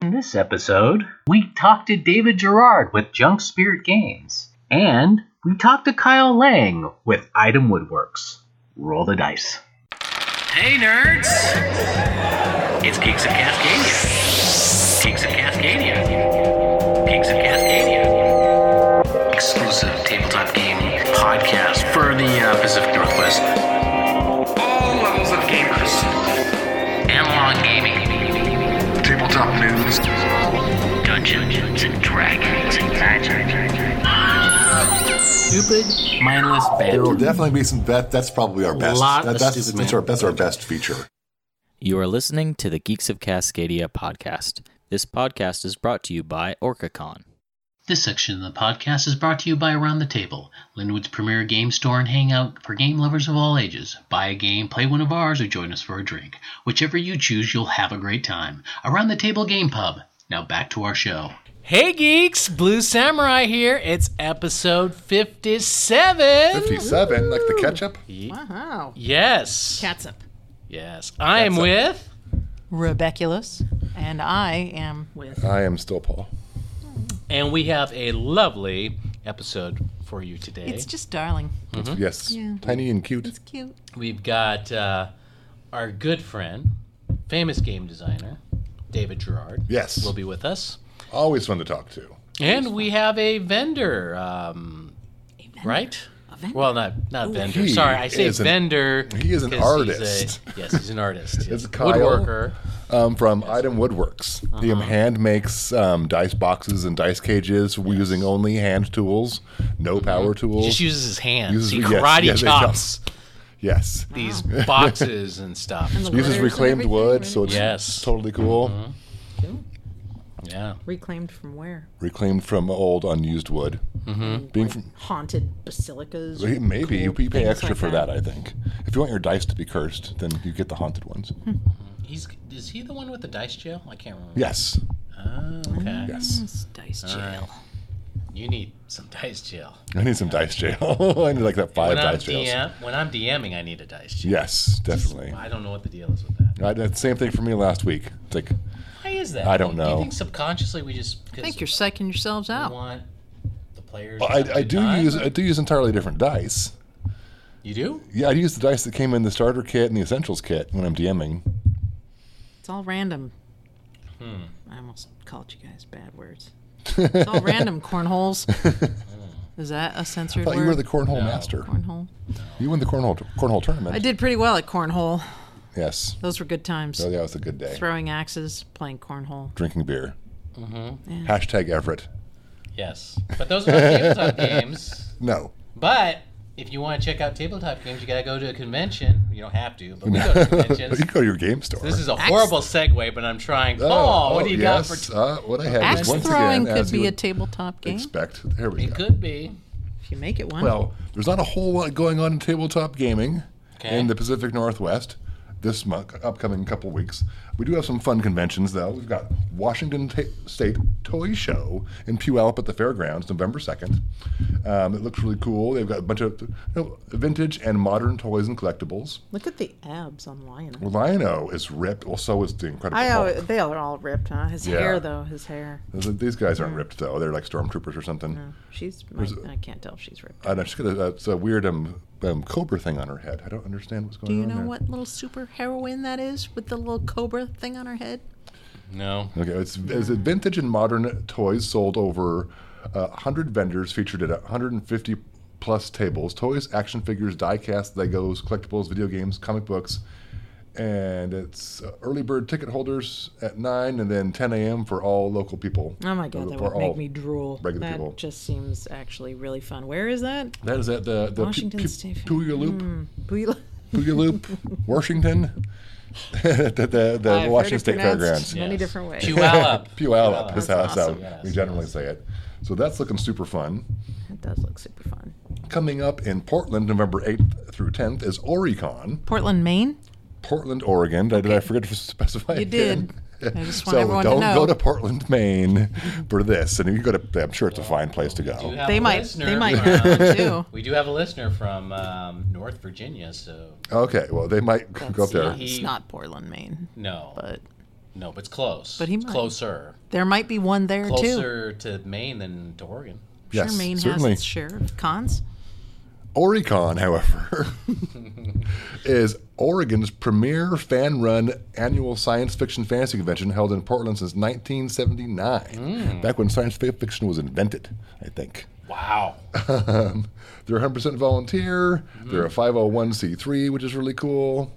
this episode, we talked to David Gerard with Junk Spirit Games, and we talked to Kyle Lang with Item Woodworks. Roll the dice. Hey, nerds! It's Geeks of Cascadia. Geeks of Cascadia. Geeks of Cascadia. Exclusive tabletop game podcast for the uh, Pacific Northwest. All levels of gamers. Analog gaming. Tabletop news. Dungeons and Dragons. Stupid, mindless There will banter. definitely be some. That, that's probably our best. Lot That- of that's, stupid that's man. our that's our best feature. You are listening to the Geeks of Cascadia podcast. This podcast is brought to you by OrcaCon. This section of the podcast is brought to you by Around the Table, Linwood's premier game store and hangout for game lovers of all ages. Buy a game, play one of ours, or join us for a drink. Whichever you choose, you'll have a great time. Around the Table Game Pub. Now back to our show. Hey geeks, Blue Samurai here. It's episode 57. Fifty-seven, like the ketchup. Wow. Yes. Oh. Catsup. Yes. I am with Rebeculous. And I am with. I am still Paul. and we have a lovely episode for you today. It's just darling. Yes, tiny and cute. It's cute. We've got uh, our good friend, famous game designer, David Gerard. Yes. Will be with us. Always fun to talk to. And we have a vendor, um, right? vendor? Well, not not vendor. He Sorry, I say is an- vendor. he is an 'cause he's a- artist. yes, he's an artist. yes. It's Kyle. Woodworker. Um, from Item Woodworks, he um, hand makes um, dice boxes and dice cages using only hand tools, no power tools. Just uses his hands. Uses- he yes, karate yes, he chops yes, these boxes and stuff. The letters uses and reclaimed everything, wood, right? so it's Yes. totally cool. Yeah. Reclaimed from where? Reclaimed from old, unused wood. Hmm. Being from Haunted basilicas. Well, Maybe you, you pay things extra like for that. that. I think. If you want your dice to be cursed, then you get the haunted ones. He's is he the one with the dice jail? I can't remember. Yes. Oh, okay. Yes. Dice Mm, jail. You need some dice jail. I need some dice jail. I need like that five When I'm, dice jails. DM, when I'm DMing, I need a dice jail. Yes, definitely. I don't know what the deal is with that. I, that same thing for me last week. It's like Why is that? I don't Do know. you think subconsciously we just I because think you're psyching yourselves we out. want the players? well, to have a I, I good do time? use I do use entirely different dice. You do? Yeah, I use the dice that came in the starter kit and the essentials kit when I'm DMing. It's all random. I almost called you guys bad words. It's all random. Cornholes. Is that a censored Thought word? you were the cornhole master. cornhole. You won the cornhole cornhole tournament. I did pretty well at cornhole. Yes. Those were good times. Oh, yeah, it was a good day. Throwing axes, playing cornhole. Drinking beer. Mm-hmm. Hashtag Everett. Yes. But those are not tabletop games. No. But if you want to check out tabletop games, you got to go to a convention. You don't have to, but we go to you conventions. go to your game store. this is a horrible segue, but I'm trying. Oh, what do you got yes. for? uh, what I have Axe is once throwing again, could as you be a would tabletop game expect. There we it go. could be. if you make it one. Well, there's not a whole lot going on in tabletop gaming Okay. in the Pacific Northwest this month, upcoming couple weeks. We do have some fun conventions though. We've got Washington Ta State Toy Show in Puyallup at the fairgrounds, November second. Um, it looks really cool. They've got a bunch of you know, vintage and modern toys and collectibles. Look at the abs on Lionel. Lino is ripped. Well, so is the Incredible I Hulk. always, they are all ripped, huh? His Yeah. hair though, his hair. These guys aren't ripped though. They're like stormtroopers or something. She's my, I can't tell if she's ripped. I know she's got a, that's a weird um, um, cobra thing on her head. I don't understand what's going Do you on know there. what little super heroine that is with the little cobra thing on her head? No. Okay, it's, it's a vintage and modern toys sold over uh, 100 vendors featured at 150 plus tables. Toys, action figures, die-cast, Legos, collectibles, video games, comic books, and it's uh, early bird ticket holders at 9 and then 10 a.m. for all local people. Oh my god, Uh, that for would all- make me drool. regular that people. just seems actually really fun. Where is that? That is at the, the Washington State Fair. Mm. Puyallup, Booyla- Puyallup, Washington, the, the, the I've heard Washington it State pronounced Fairgrounds. Many Yes. different ways. Puyallup. Puyallup is how That's so awesome. we generally say it. So that's looking super fun. It does look super fun. Coming up in Portland, November 8th through 10th, is Oricon, Portland, Maine. Portland, Oregon. Did I forget to specify? You again? did. I just want So everyone don't to know. go to Portland, Maine for this. And you go to, I'm sure it's a fine place to We do go. have they a might. listener They might from- know too. we do have a listener from um, North Virginia, so Okay, well, they might go up there. It's not Portland, Maine, no. but No, but it's close. But he It's might. closer. There might be one there too. Closer to Maine than to Oregon. Yes, sure, Maine certainly. has its share of cons. Oricon, however, is Oregon's premier fan run annual science fiction fantasy convention held in Portland since 1979, back when science fi- fiction was invented, I think. Wow. Um, they're 100% volunteer, they're a 501c3, which is really cool.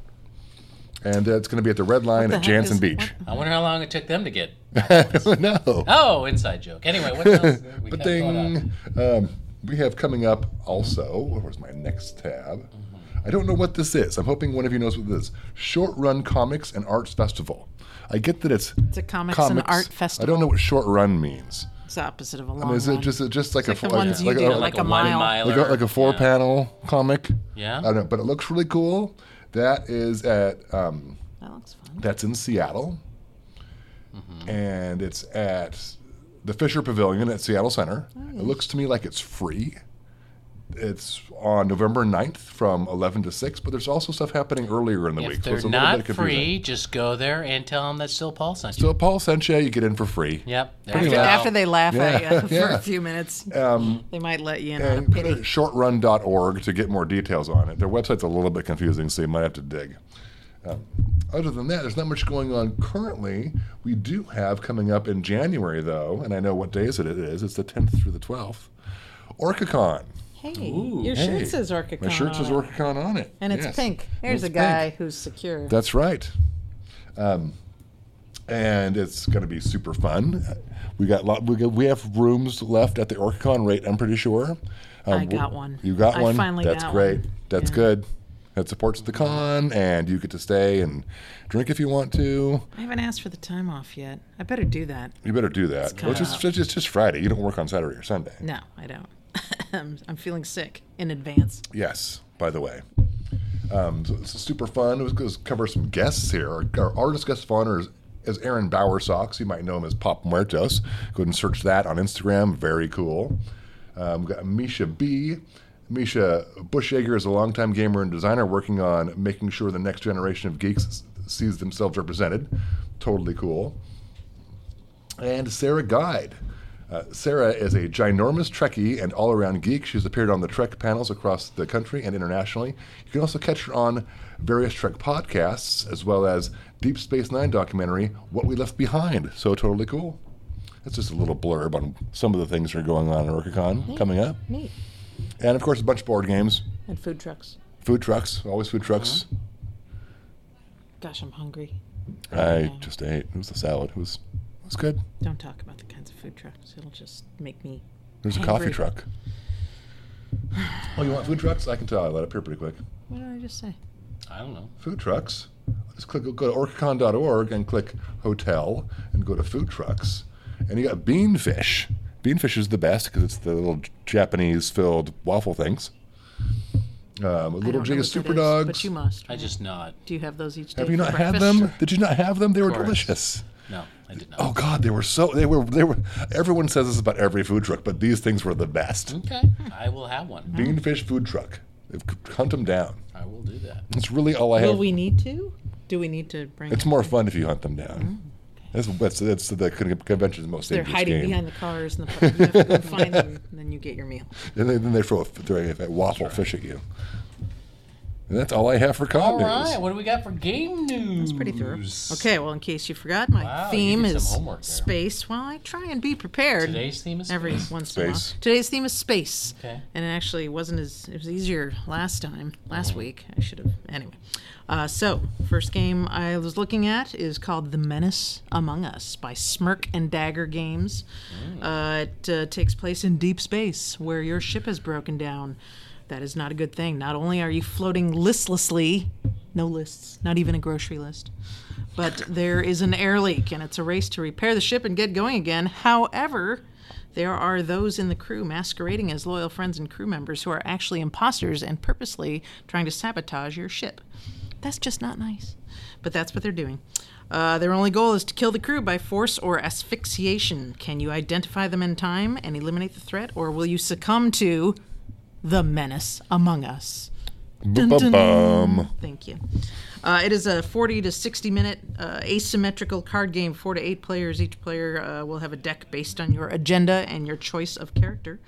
And uh, it's going to be at the Red Line the at heck Jansen is- Beach. I wonder how long it took them to get. no. Oh, inside joke. Anyway, what else? We But got going on? ding. Um, we have coming up also. Where's my next tab? Mm-hmm. I don't know what this is. I'm hoping one of you knows what this is. Short Run Comics and Arts Festival. I get that it's, It's a comics, and comics. art I festival. don't know what short run means. It's the opposite of a long I mean, is run. it just it's just like It's like a the four- ones you like, do, a, like a one mile. like a, miler. like a four Yeah. panel comic? Yeah. I don't know, but it looks really cool. That is at um, that looks fun. that's in Seattle, Mm-hmm. and it's at the Fisher Pavilion at Seattle Center. It looks to me like it's free. It's on November 9th from 11 to 6, but there's also stuff happening earlier in the week. If so they're it's a little not bit confusing. free, just go there and tell them that still Paul sent you. So Paul sent you, you get in for free. Yep. there Pretty you much. go. After they laugh Yeah, at you for yeah. Um, a few minutes, they might let you in out of And go to pity. shortrun.org to get more details on it. Their website's a little bit confusing, so you might have to dig. Um, other than that, there's not much going on currently. We do have coming up in January, though, and I know what days it is. It's the 10th through the 12th. OrcaCon. Hey, your Hey, shirt says Orca My shirt says OrcaCon on it. And it's Yes. pink. There's It's a pink. guy who's secure. That's right. Um, and it's going to be super fun. Uh, We got lot, we, got, we have rooms left at the OrcaCon rate. I'm pretty sure. Um, I got one. You got I one. finally That's got great. one. That's Yeah. good. That supports the con, and you get to stay and drink if you want to. I haven't asked for the time off yet. I better do that. You better do that. coming Well, It's just, up. it's just it's just Friday. You don't work on Saturday or Sunday. No, I don't. I'm, I'm feeling sick in advance. Yes, by the way. Um, so it's super fun. It was going to cover some guests here. Our, our artist guest of honor is, is Aaron Bowersox. You might know him as Pop Muertos. Go ahead and search that on Instagram. Very cool. Um, we've got Misha B. Misha Bushager is a longtime gamer and designer working on making sure the next generation of geeks s- sees themselves represented. Totally cool and Sarah Guide. Uh, Sarah is a ginormous Trekkie and all around geek. She's appeared on the Trek panels across the country and internationally. You can also catch her on various Trek podcasts, as well as Deep Space Nine documentary, What We Left Behind. So totally cool. That's just a little blurb on some of the things that are going on at Orcacon coming up. Neat. And of course, a bunch of board games, And food trucks. food trucks, always food trucks. Gosh, I'm hungry. I just ate. It was a salad. It was, it was good. Don't talk about the kinds of food trucks. It'll just make me. There's a coffee Hungry. truck. Oh, you want food trucks? I can tell. I let up here pretty quick. What did I just say? I don't know. Food trucks. Just click go to orcacon.org and click hotel and go to food trucks, and you got beanfish. Beanfish is the best because it's the little Japanese-filled waffle things. Um, I little don't know Jigga what that Super is, Dogs. But you must. I just nod. Do you have those each day? Have you for not had breakfast? them? Did you not have them? They were course. delicious. No, I did not. Oh God, they were so they were they were. Everyone says this about every food truck, but these things were the best. Okay. I will have one. Beanfish food truck. Hunt them down. I will do that. That's really all I have. Will we need to? Do we need to bring? It's more fun if you hunt them down. That's, that's, that's the con- convention's most Mm-hmm. They're dangerous hiding game. behind the cars, and the, you have to go find them, and then you get your meal. And they, then they throw a, throw a, a waffle fish at you. And that's all I have for con All news. right. What do we got for game news? It's pretty thorough. Okay, well, in case you forgot, my Wow, you theme did some is homework there. space. Well, I try and be prepared. Today's theme is every space. once in a while. Space. Today's theme is space. Okay. And it actually wasn't as it was easier last time, Oh. last week. I should have anyway. Uh, so first game I was looking at is called The Menace Among Us by Smirk and Dagger Games. Mm. Uh, it uh, takes place in deep space where your ship has broken down. That is not a good thing. Not only are you floating listlessly, no lists, not even a grocery list. But there is an air leak, and it's a race to repair the ship and get going again. However, there are those in the crew masquerading as loyal friends and crew members who are actually imposters and purposely trying to sabotage your ship. That's just not nice. But that's what they're doing. Uh, their only goal is to kill the crew by force or asphyxiation. Can you identify them in time and eliminate the threat, or will you succumb to the menace among us? Dun, dun, Ba-bum. Thank you. Uh, it is a 40 to 60 minute uh, asymmetrical card game, four to eight players. Each player uh, will have a deck based on your agenda and your choice of character.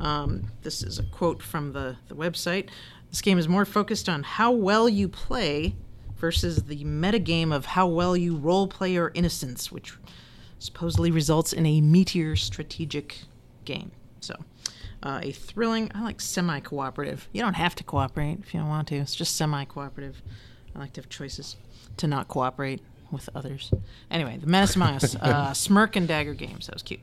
Um, this is a quote from the, the website. This game is more focused on how well you play versus the metagame of how well you role play your innocence, which supposedly results in a meteor strategic game. So, uh, a thrilling, I like semi cooperative. You don't have to cooperate if you don't want to, it's just semi cooperative. I like to have choices to not cooperate with others. Anyway, The Menace Among Us, uh, Smirk and Dagger Games. That was cute.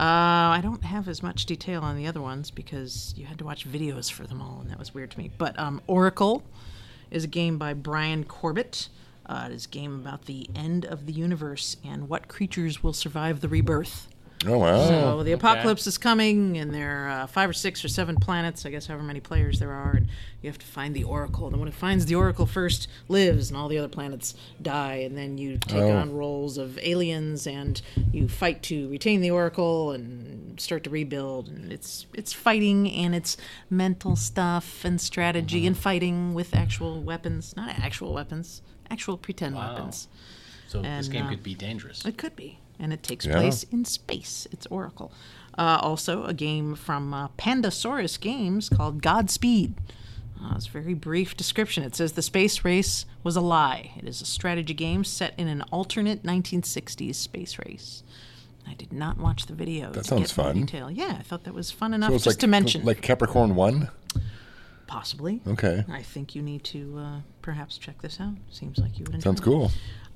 Uh, I don't have as much detail on the other ones because you had to watch videos for them all, and that was weird to me. But um, Oracle is a game by Brian Corbett. Uh, it is a game about the end of the universe and what creatures will survive the rebirth. Oh wow! So the apocalypse is coming, and there are uh, five or six or seven planets, I guess, however many players there are, and you have to find the oracle. The one who finds the oracle first lives, and all the other planets die, and then you take on roles of aliens, and you fight to retain the oracle and start to rebuild. And it's it's fighting, and it's mental stuff and strategy and fighting with actual weapons, not actual weapons, actual pretend weapons. So this And, game uh, could be dangerous. It could be. And it takes Yeah. place in space. It's Oracle. Uh, also, a game from uh, Pandasaurus Games called Godspeed. Uh, it's a very brief description. It says the space race was a lie. It is a strategy game set in an alternate 1960s space race. I did not watch the video. That sounds fun. Detail. Yeah, I thought that was fun enough So just to mention. like Capricorn One. Possibly. Okay, I think you need to uh, perhaps check this out. Seems like you would enjoy sounds it. cool.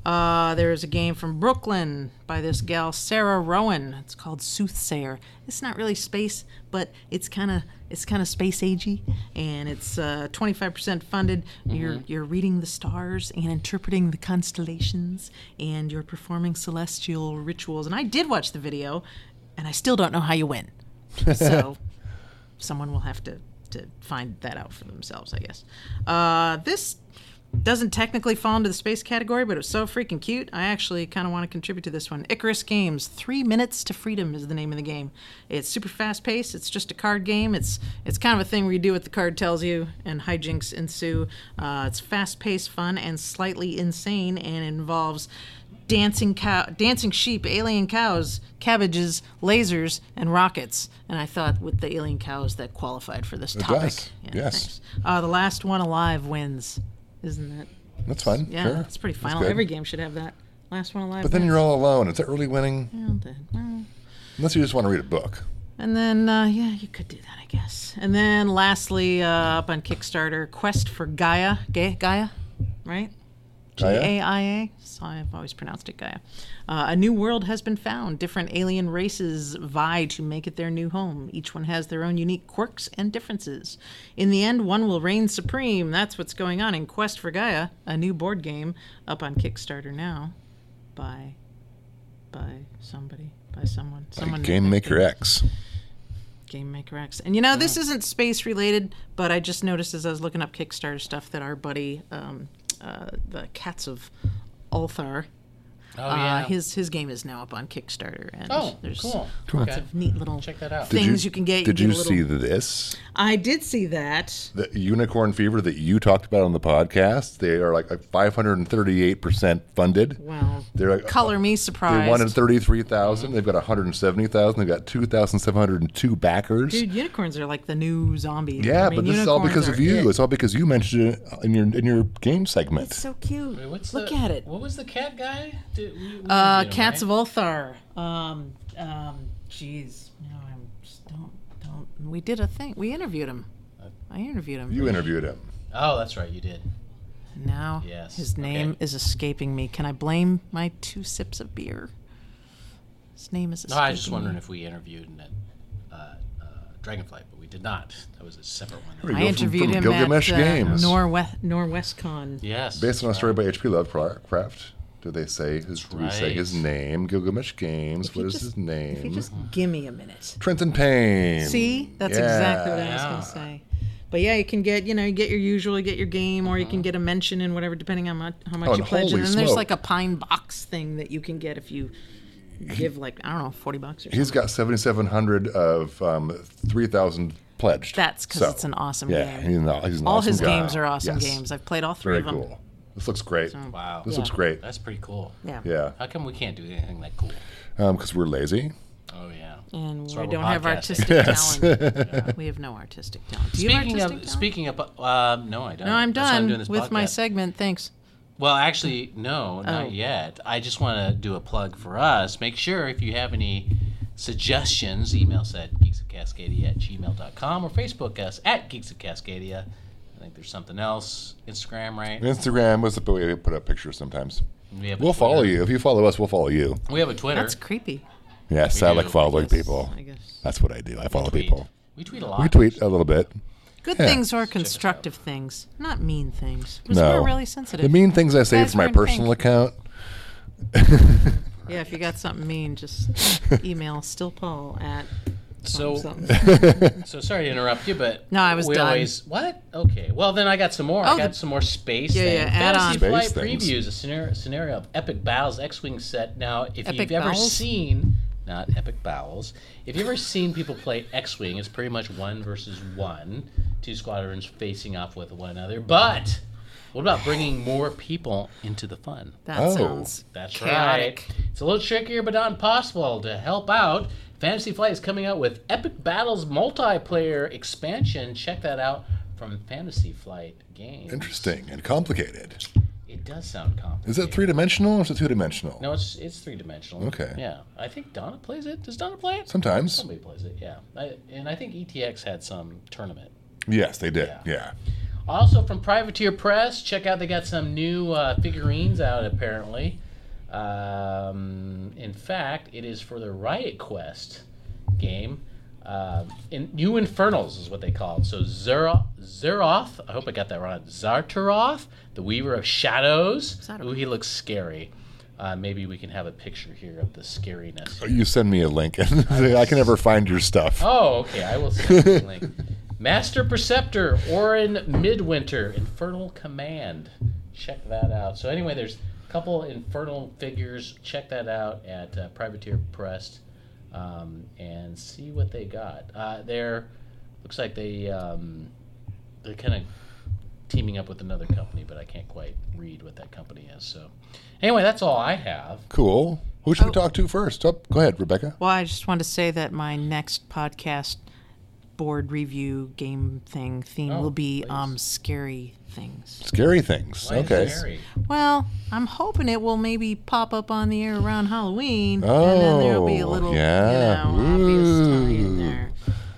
Uh, there's a game from Brooklyn by this gal Sarah Rowan. It's called Soothsayer. It's not really space, but it's kind of it's kind of space agey, and it's uh, 25% funded. You're you're reading the stars and interpreting the constellations, and you're performing celestial rituals. And I did watch the video, and I still don't know how you win. So someone will have to to find that out for themselves, I guess. Uh, this doesn't technically fall into the space category, but it was so freaking cute. I actually kind of want to contribute to this one. Icarus Games, Three Minutes to Freedom is the name of the game. It's super fast paced. It's just a card game. It's it's kind of a thing where you do what the card tells you, and hijinks ensue. Uh, it's fast paced, fun, and slightly insane, and involves dancing cow, dancing sheep, alien cows, cabbages, lasers, and rockets. And I thought with the alien cows that qualified for this topic. does. Yes. thanks. Uh, the last one alive wins, isn't it? That's fun. Yeah, sure. it's pretty final. good. Every game should have that. Last one alive. But then wins. you're all alone. Is that really winning? Well, then, well. Unless you just want to read a book. And then, uh, yeah, you could do that, I guess. And then, lastly, uh, up on Kickstarter, Quest for Gaia. Ga- Gaia, right? Gaia? AIA. So I've always pronounced it Gaia. Uh, a new world has been found. Different alien races vie to make it their new home. Each one has their own unique quirks and differences. In the end, one will reign supreme. That's what's going on in Quest for Gaia, a new board game up on Kickstarter now by by somebody, by someone. Someone Game Maker X. Game Maker X. And you know, this isn't space related, but I just noticed as I was looking up Kickstarter stuff that our buddy, um, uh, the Cats of Ulthar, Oh uh, yeah. his his game is now up on Kickstarter, and oh, there's cool. lots of neat little Check that out. Did things you, can get. Did get you a little- see this? I did see that. The unicorn fever that you talked about on the podcast. They are like 538 percent funded. Wow. They're like, Color me They surprised. wanted 33,000. They've got 170,000. They've got 2,702 backers. Dude, unicorns are like the new zombie. yeah, I mean, but this is all unicorns because are of you. it. It's all because you mentioned it in your in your game segment. It's so cute. Wait, what's Look the- at it. What was the cat guy? Did, we, we Uh, did it, Cats right? of Ulthar. Um, um, jeez, no, I'm just don't, don't. We did a thing. We interviewed him. Uh, I interviewed him. you interviewed him. Oh, that's right. You did. now Yes, his okay. name is escaping me. Can I blame my two sips of beer? His name is. No, I was just escaping wondering me. if we interviewed and uh, uh, Dragonflight, but we did not. That was a separate one. There we I go, from- interviewed from him Gilgamesh at uh, Games. Norwest Norwestcon. Yes. Based on a story by H.P. Lovecraft, do they say his? Do we say right. his name? Gilgamesh Games. If What you is just- his If you name? just Mm-hmm. give me a minute. Trenton Payne. See, that's Yeah. exactly what I was Yeah. gonna say. But yeah, you can get you know you get your usual, you get your game, or you can get a mention and whatever depending on mu- how much Uh-huh. you Oh, and pledge. holy And then there's smoke. like a pine box thing that you can get if you give like I don't know forty bucks or something. He's got 7,700 of um, 3,000 pledged. That's 'cause it's an awesome yeah, game. He's an, he's an all awesome his guy. games are awesome Yes. games. I've played all three Very of them. cool. This looks great. Wow. This looks great. That's pretty cool. Yeah. Yeah, How come we can't do anything that cool? because we're lazy. Oh yeah. And we why we're don't have podcasting. artistic Yes. talent. We have no artistic talent. Do you have Speaking artistic of talent? speaking of, uh, no, I don't. no, I'm That's why done doing this with my podcast. segment. Thanks. Well, actually, no, Oh. not yet. I just want to do a plug for us. Make sure if you have any suggestions, email us at geeksofcascadia at gmail.com or Facebook us at Geeks of Cascadia. I think there's something else. Instagram, right? Instagram was the way we put up pictures sometimes. We have a We'll Twitter. follow you if you follow us. We'll follow you. We have a Twitter. That's creepy. Yes, We I do, like I following guess. people. I guess. That's what I do. I follow Tweet. people. We tweet a lot. We tweet a little bit. Good Yeah. things are constructive things, not mean things. 'Cause No. We're really sensitive. The mean things I say Guys, for my we're in personal account. yeah, if you got something mean, just email stillpaul at So, something. so sorry to interrupt you, but No, I was we done. Always, what? Okay. Well, then I got some more. Oh, I got the- some more space. Yeah, things. yeah, add on. Fantasy Flight Space things. previews a scenario, scenario of Epic Bowels X-wing set. Now, if Epic you've ever Bowels? seen, not Epic Bowels, if you've ever seen people play X-wing, it's pretty much one versus one, two squadrons facing off with one another. But what about bringing more people into the fun? That Oh. sounds That's chaotic. right. It's a little trickier, but not impossible. To help out, Fantasy Flight is coming out with Epic Battles multiplayer expansion. Check that out from Fantasy Flight Games. Interesting and complicated. It does sound complicated. Is it three dimensional or is it two dimensional? No, it's it's three dimensional. Okay. Yeah, I think Donna plays it. Does Donna play it? Sometimes. Somebody plays it. Yeah, I, and I think ETX had some tournament. Yes, they did. Yeah. Yeah. Also from Privateer Press, check out they got some new uh, figurines out apparently. Um, in fact, it is for the Riot Quest game. Um in New Infernals is what they call it. So Zeroth, Zeroth, I hope I got that right. Zartaroth, the Weaver of Shadows. Zartaroth. Ooh, he looks scary. Uh, maybe we can have a picture here of the scariness. You send me a link and I can never find your stuff. Oh, okay. I will send you the link. Master Perceptor, Orin Midwinter, Infernal Command. Check that out. So anyway, there's a couple infernal figures. Check that out at uh, Privateer Press um, and see what they got. Uh, they're looks like they um, they're kind of teaming up with another company, but I can't quite read what that company is. So anyway, that's all I have. Cool. Who should we talk to first? Oh, go ahead, Rebecca. Well, I just wanted to say that my next podcast board review game thing theme Oh, will be please. um scary things. Scary things. Why is okay. Mary- Well, I'm hoping it will maybe pop up on the air around Halloween, and then there'll be a Oh, little, yeah. you know, obvious tie Ooh. in there.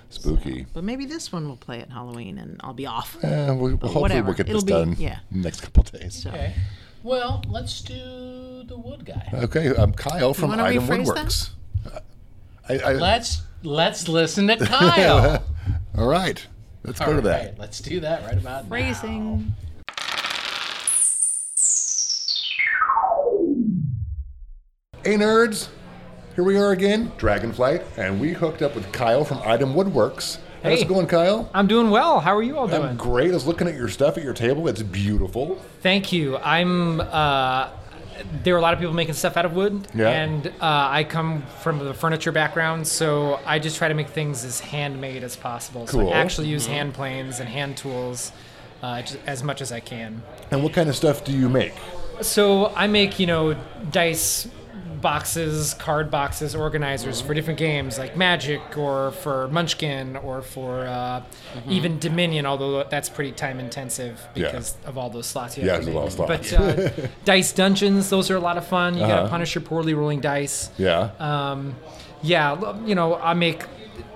Spooky. But maybe this one will play at Halloween, and I'll be off. Yeah, we, hopefully whatever. we'll get this It'll be- done yeah. next couple days. So, Okay. Well, let's do the wood guy. Okay, um, Kyle from wanna Item rephrase Woodworks. I, I, Let's let's listen to Kyle. all right, let's go to that. Alright, let's do that right about now. phrasing. Hey nerds, here we are again, Dragonflight, and we hooked up with Kyle from Item Woodworks. How's Hey. it going, Kyle? I'm doing well. How are you all I'm doing? great. I was looking at your stuff at your table. It's beautiful. Thank you. I'm. Uh, there are a lot of people making stuff out of wood, Yeah. and uh, I come from the furniture background, so I just try to make things as handmade as possible. Cool. Mm-hmm. So I actually use hand planes and hand tools uh, just as much as I can. And what kind of stuff do you make? So I make, you know, dice boxes, card boxes, organizers for different games like Magic or for Munchkin or for uh, even Dominion, although that's pretty time intensive Mm-hmm. Yeah. because of all those slots you Yeah, have to there's a lot make. of slots. Uh-huh. But uh, dice dungeons, those are a lot of fun. You got to punish your poorly rolling dice. Yeah. Um, yeah, l- you know, I make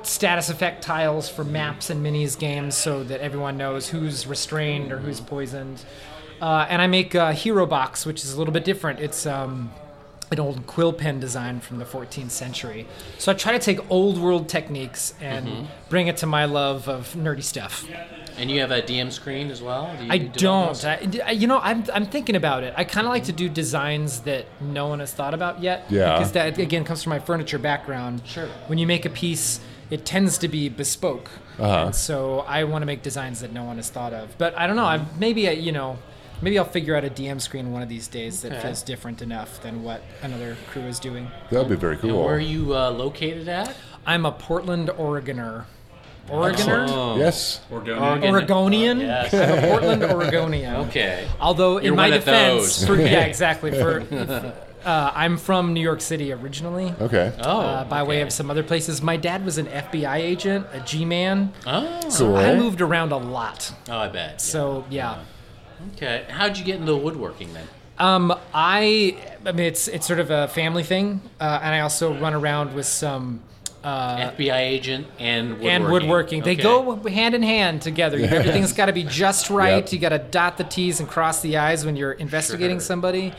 status effect tiles for maps and minis games so that everyone knows who's restrained or who's poisoned. Uh, and I make a hero box, which is a little bit different. It's um, an old quill pen design from the 14th century. So I try to take old world techniques and bring it to my love of nerdy stuff. And you have a DM screen as well? Do you I do all don't. those? I, I- you know, I'm, I'm thinking about it. I kind of like to do designs that no one has thought about yet. Yeah. Because that, again, comes from my furniture background. Sure. When you make a piece, it tends to be bespoke. Uh-huh. And so I want to make designs that no one has thought of. But I don't know. I, maybe, I, you know, maybe I'll figure out a DM screen one of these days that feels different enough than what another crew is doing. That would be very And cool. where are you uh, located at? I'm a Portland, Oregoner. Oregoner? Oh. Yes. Oregonian. Oregonian? Yes. I'm a Portland Oregonian. Okay. Although, You're in my one of defense, those. for, yeah, exactly. For uh, I'm from New York City originally, Okay. Oh. uh, by way of some other places. My dad was an FBI agent, a G-man. oh. Cool. I moved around a lot, Oh, I bet. so yeah. Okay. How'd you get into woodworking then? Um, I, I mean, it's it's sort of a family thing, uh, and I also run around with some. Uh, FBI agent and woodworking. and woodworking. They Okay. go hand in hand together. You know, Everything's got to be just right. Yep. You got to dot the T's and cross the I's when you're investigating somebody.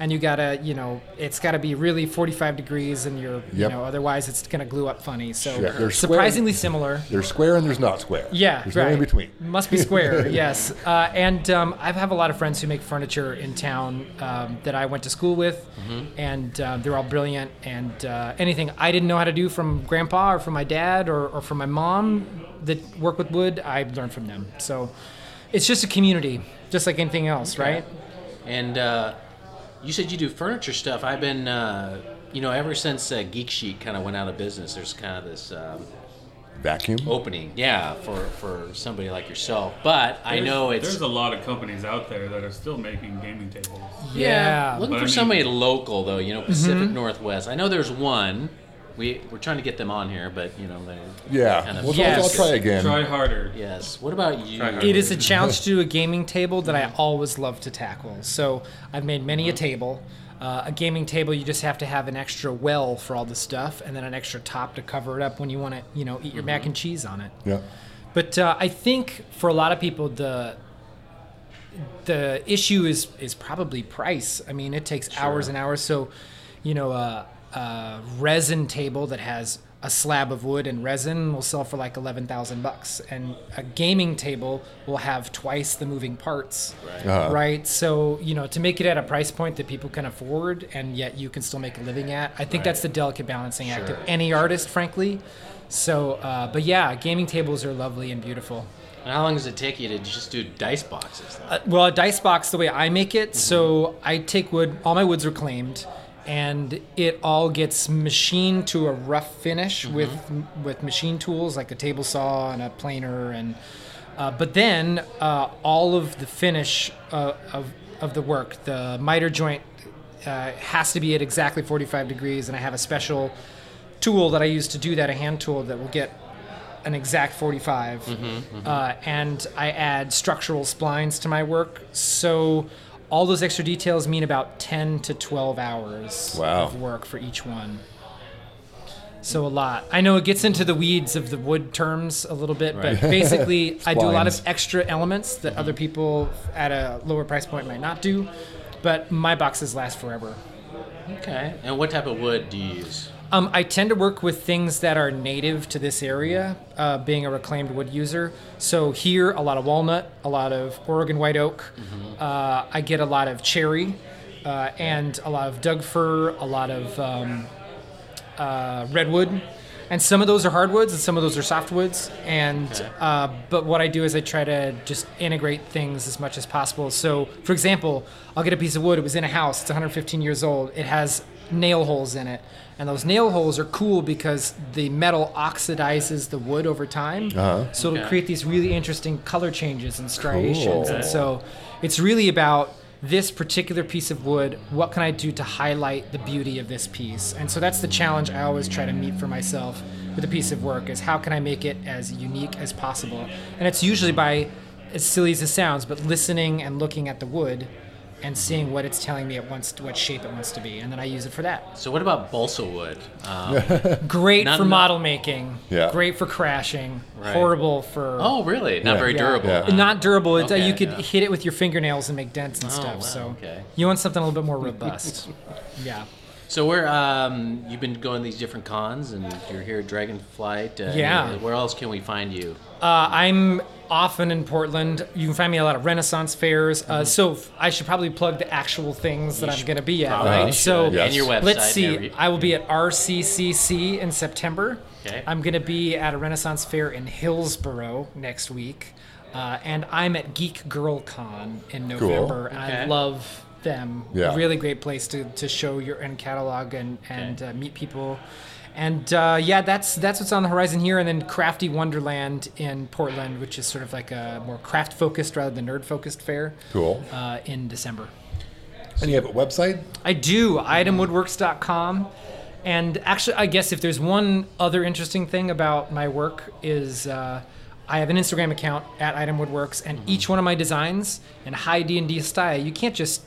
And you got to, you know, it's got to be really 45 degrees and you're, you Yep. know, otherwise it's going to glue up funny. So Yeah, they're square. surprisingly similar. There's square and there's not square. Yeah, There's right. no in between. Must be square, yes. Uh, and um, I have a lot of friends who make furniture in town um, that I went to school with, Mm-hmm. and uh, they're all brilliant. And uh, anything I didn't know how to do from grandpa or from my dad or, or from my mom that work with wood, I learned from them. So it's just a community, just like anything else, right? And uh, you said you do furniture stuff. I've been, uh, you know, ever since uh, Geek Sheet kind of went out of business, there's kind of this um, Vacuum. Oh. opening, yeah, for, for somebody like yourself. But I There's- know it's There's a lot of companies out there that are still making gaming tables. Yeah. Mm-hmm. looking But for I mean- somebody local though, you know, Pacific Northwest. I know there's one. We we're trying to get them on here, but you know they Yeah. kind of- Well, Yes. I'll, I'll try again. Try harder. yes. What about you? Try harder. It is a challenge to do a gaming table that I always love to tackle. So I've made many a table. Uh, a gaming table, you just have to have an extra well for all the stuff, and then an extra top to cover it up when you want to, you know, eat your mac and cheese on it. Yeah. But uh, I think for a lot of people, the the issue is is probably price. I mean, it takes hours and hours. So, you know, a, a resin table that has a slab of wood and resin will sell for like eleven thousand bucks, and a gaming table will have twice the moving parts. Right. Uh-huh. Right. So you know, to make it at a price point that people can afford, and yet you can still make a living at, I think that's the delicate balancing act of any artist, frankly. So, uh, but yeah, gaming tables are lovely and beautiful. And how long does it take you to just do dice boxes? Though? Uh, well, a dice box, the way I make it, so I take wood, all my woods are claimed, and it all gets machined to a rough finish with with machine tools like a table saw and a planer, and uh, but then uh, all of the finish uh, of of the work, the miter joint uh, has to be at exactly 45 degrees, and I have a special tool that I use to do that, a hand tool that will get an exact 45 Mm-hmm, Uh, and i add structural splines to my work so all those extra details mean about 10 to 12 hours Wow. of work for each one so a lot i know it gets into the weeds of the wood terms a little bit but basically i do a lot of Splines. Mm-hmm. extra elements that other people at a lower price point might not do but my boxes last forever Okay. And what type of wood do you use? um, I tend to work with things that are native to this area, uh, being a reclaimed wood user. So here, a lot of walnut, a lot of Oregon white oak. Uh, I get a lot of cherry, uh, and a lot of Doug fir, a lot of um, uh, redwood. And some of those are hardwoods, and some of those are softwoods. And uh, but what I do is I try to just integrate things as much as possible. So, for example, I'll get a piece of wood. It was in a house. It's 115 years old. It has nail holes in it, and those nail holes are cool because the metal oxidizes the wood over time. Uh-huh. So it'll Okay. create these really interesting color changes and striations. Cool. And so, it's really about this particular piece of wood, what can I do to highlight the beauty of this piece? And so that's the challenge I always try to meet for myself with a piece of work is how can I make it as unique as possible? And it's usually by, as silly as it sounds, but listening and looking at the wood and seeing what it's telling me it wants, what shape it wants to be. And then I use it for that. So what about balsa wood? Um, Great Not for enough. model making. Yeah. Great for crashing. Right. Horrible for. oh, really? Not Yeah. very Yeah. durable. Yeah. huh? Not durable. It's, uh, Okay, you could yeah. hit it with your fingernails and make dents and stuff. wow, so okay. you want something a little bit more robust. yeah. So we're um, you've been going to these different cons, and you're here at Dragonflight. Uh, Yeah. Where else can we find you? Uh, I'm often in Portland. You can find me at a lot of Renaissance fairs. Mm-hmm. Uh, so f- I should probably plug the actual things that I'm going to be at. Uh-huh. Right? So Yes. and your website. let's and see. every- I will be at RCCC in September. Okay. I'm going to be at a Renaissance fair in Hillsboro next week. Uh, and I'm at Geek Girl Con in November. And I Okay. love them. Yeah. Really great place to, to show your and catalog and, and uh, meet people. And uh, yeah, that's that's what's on the horizon here, and then Crafty Wonderland in Portland, which is sort of like a more craft focused rather than nerd focused fair. Cool. Uh, in December. And you have a website? I do, itemwoodworks.com. And actually, I guess if there's one other interesting thing about my work is uh, I have an Instagram account at itemwoodworks, and each one of my designs in high D&D style, you can't just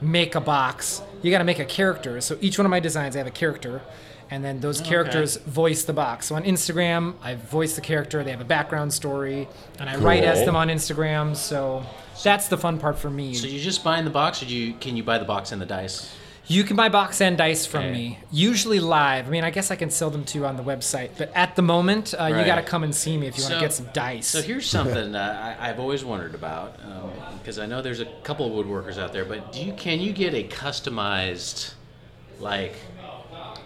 make a box. You got to make a character. So each one of my designs, I have a character, and then those characters voice the box. So on Instagram, I voice the character. They have a background story, and I write as Cool. them on Instagram. So that's the fun part for me. So you just buying the box, or do you can you buy the box and the dice? You can buy box and dice from Okay. me, usually live. I mean, I guess I can sell them to you on the website, but at the moment, uh, you Right. got to come and see me if you So- want to get some dice. So here's something uh, I, I've always wondered about because I know there's a couple of woodworkers out there, but do you can you get a customized like?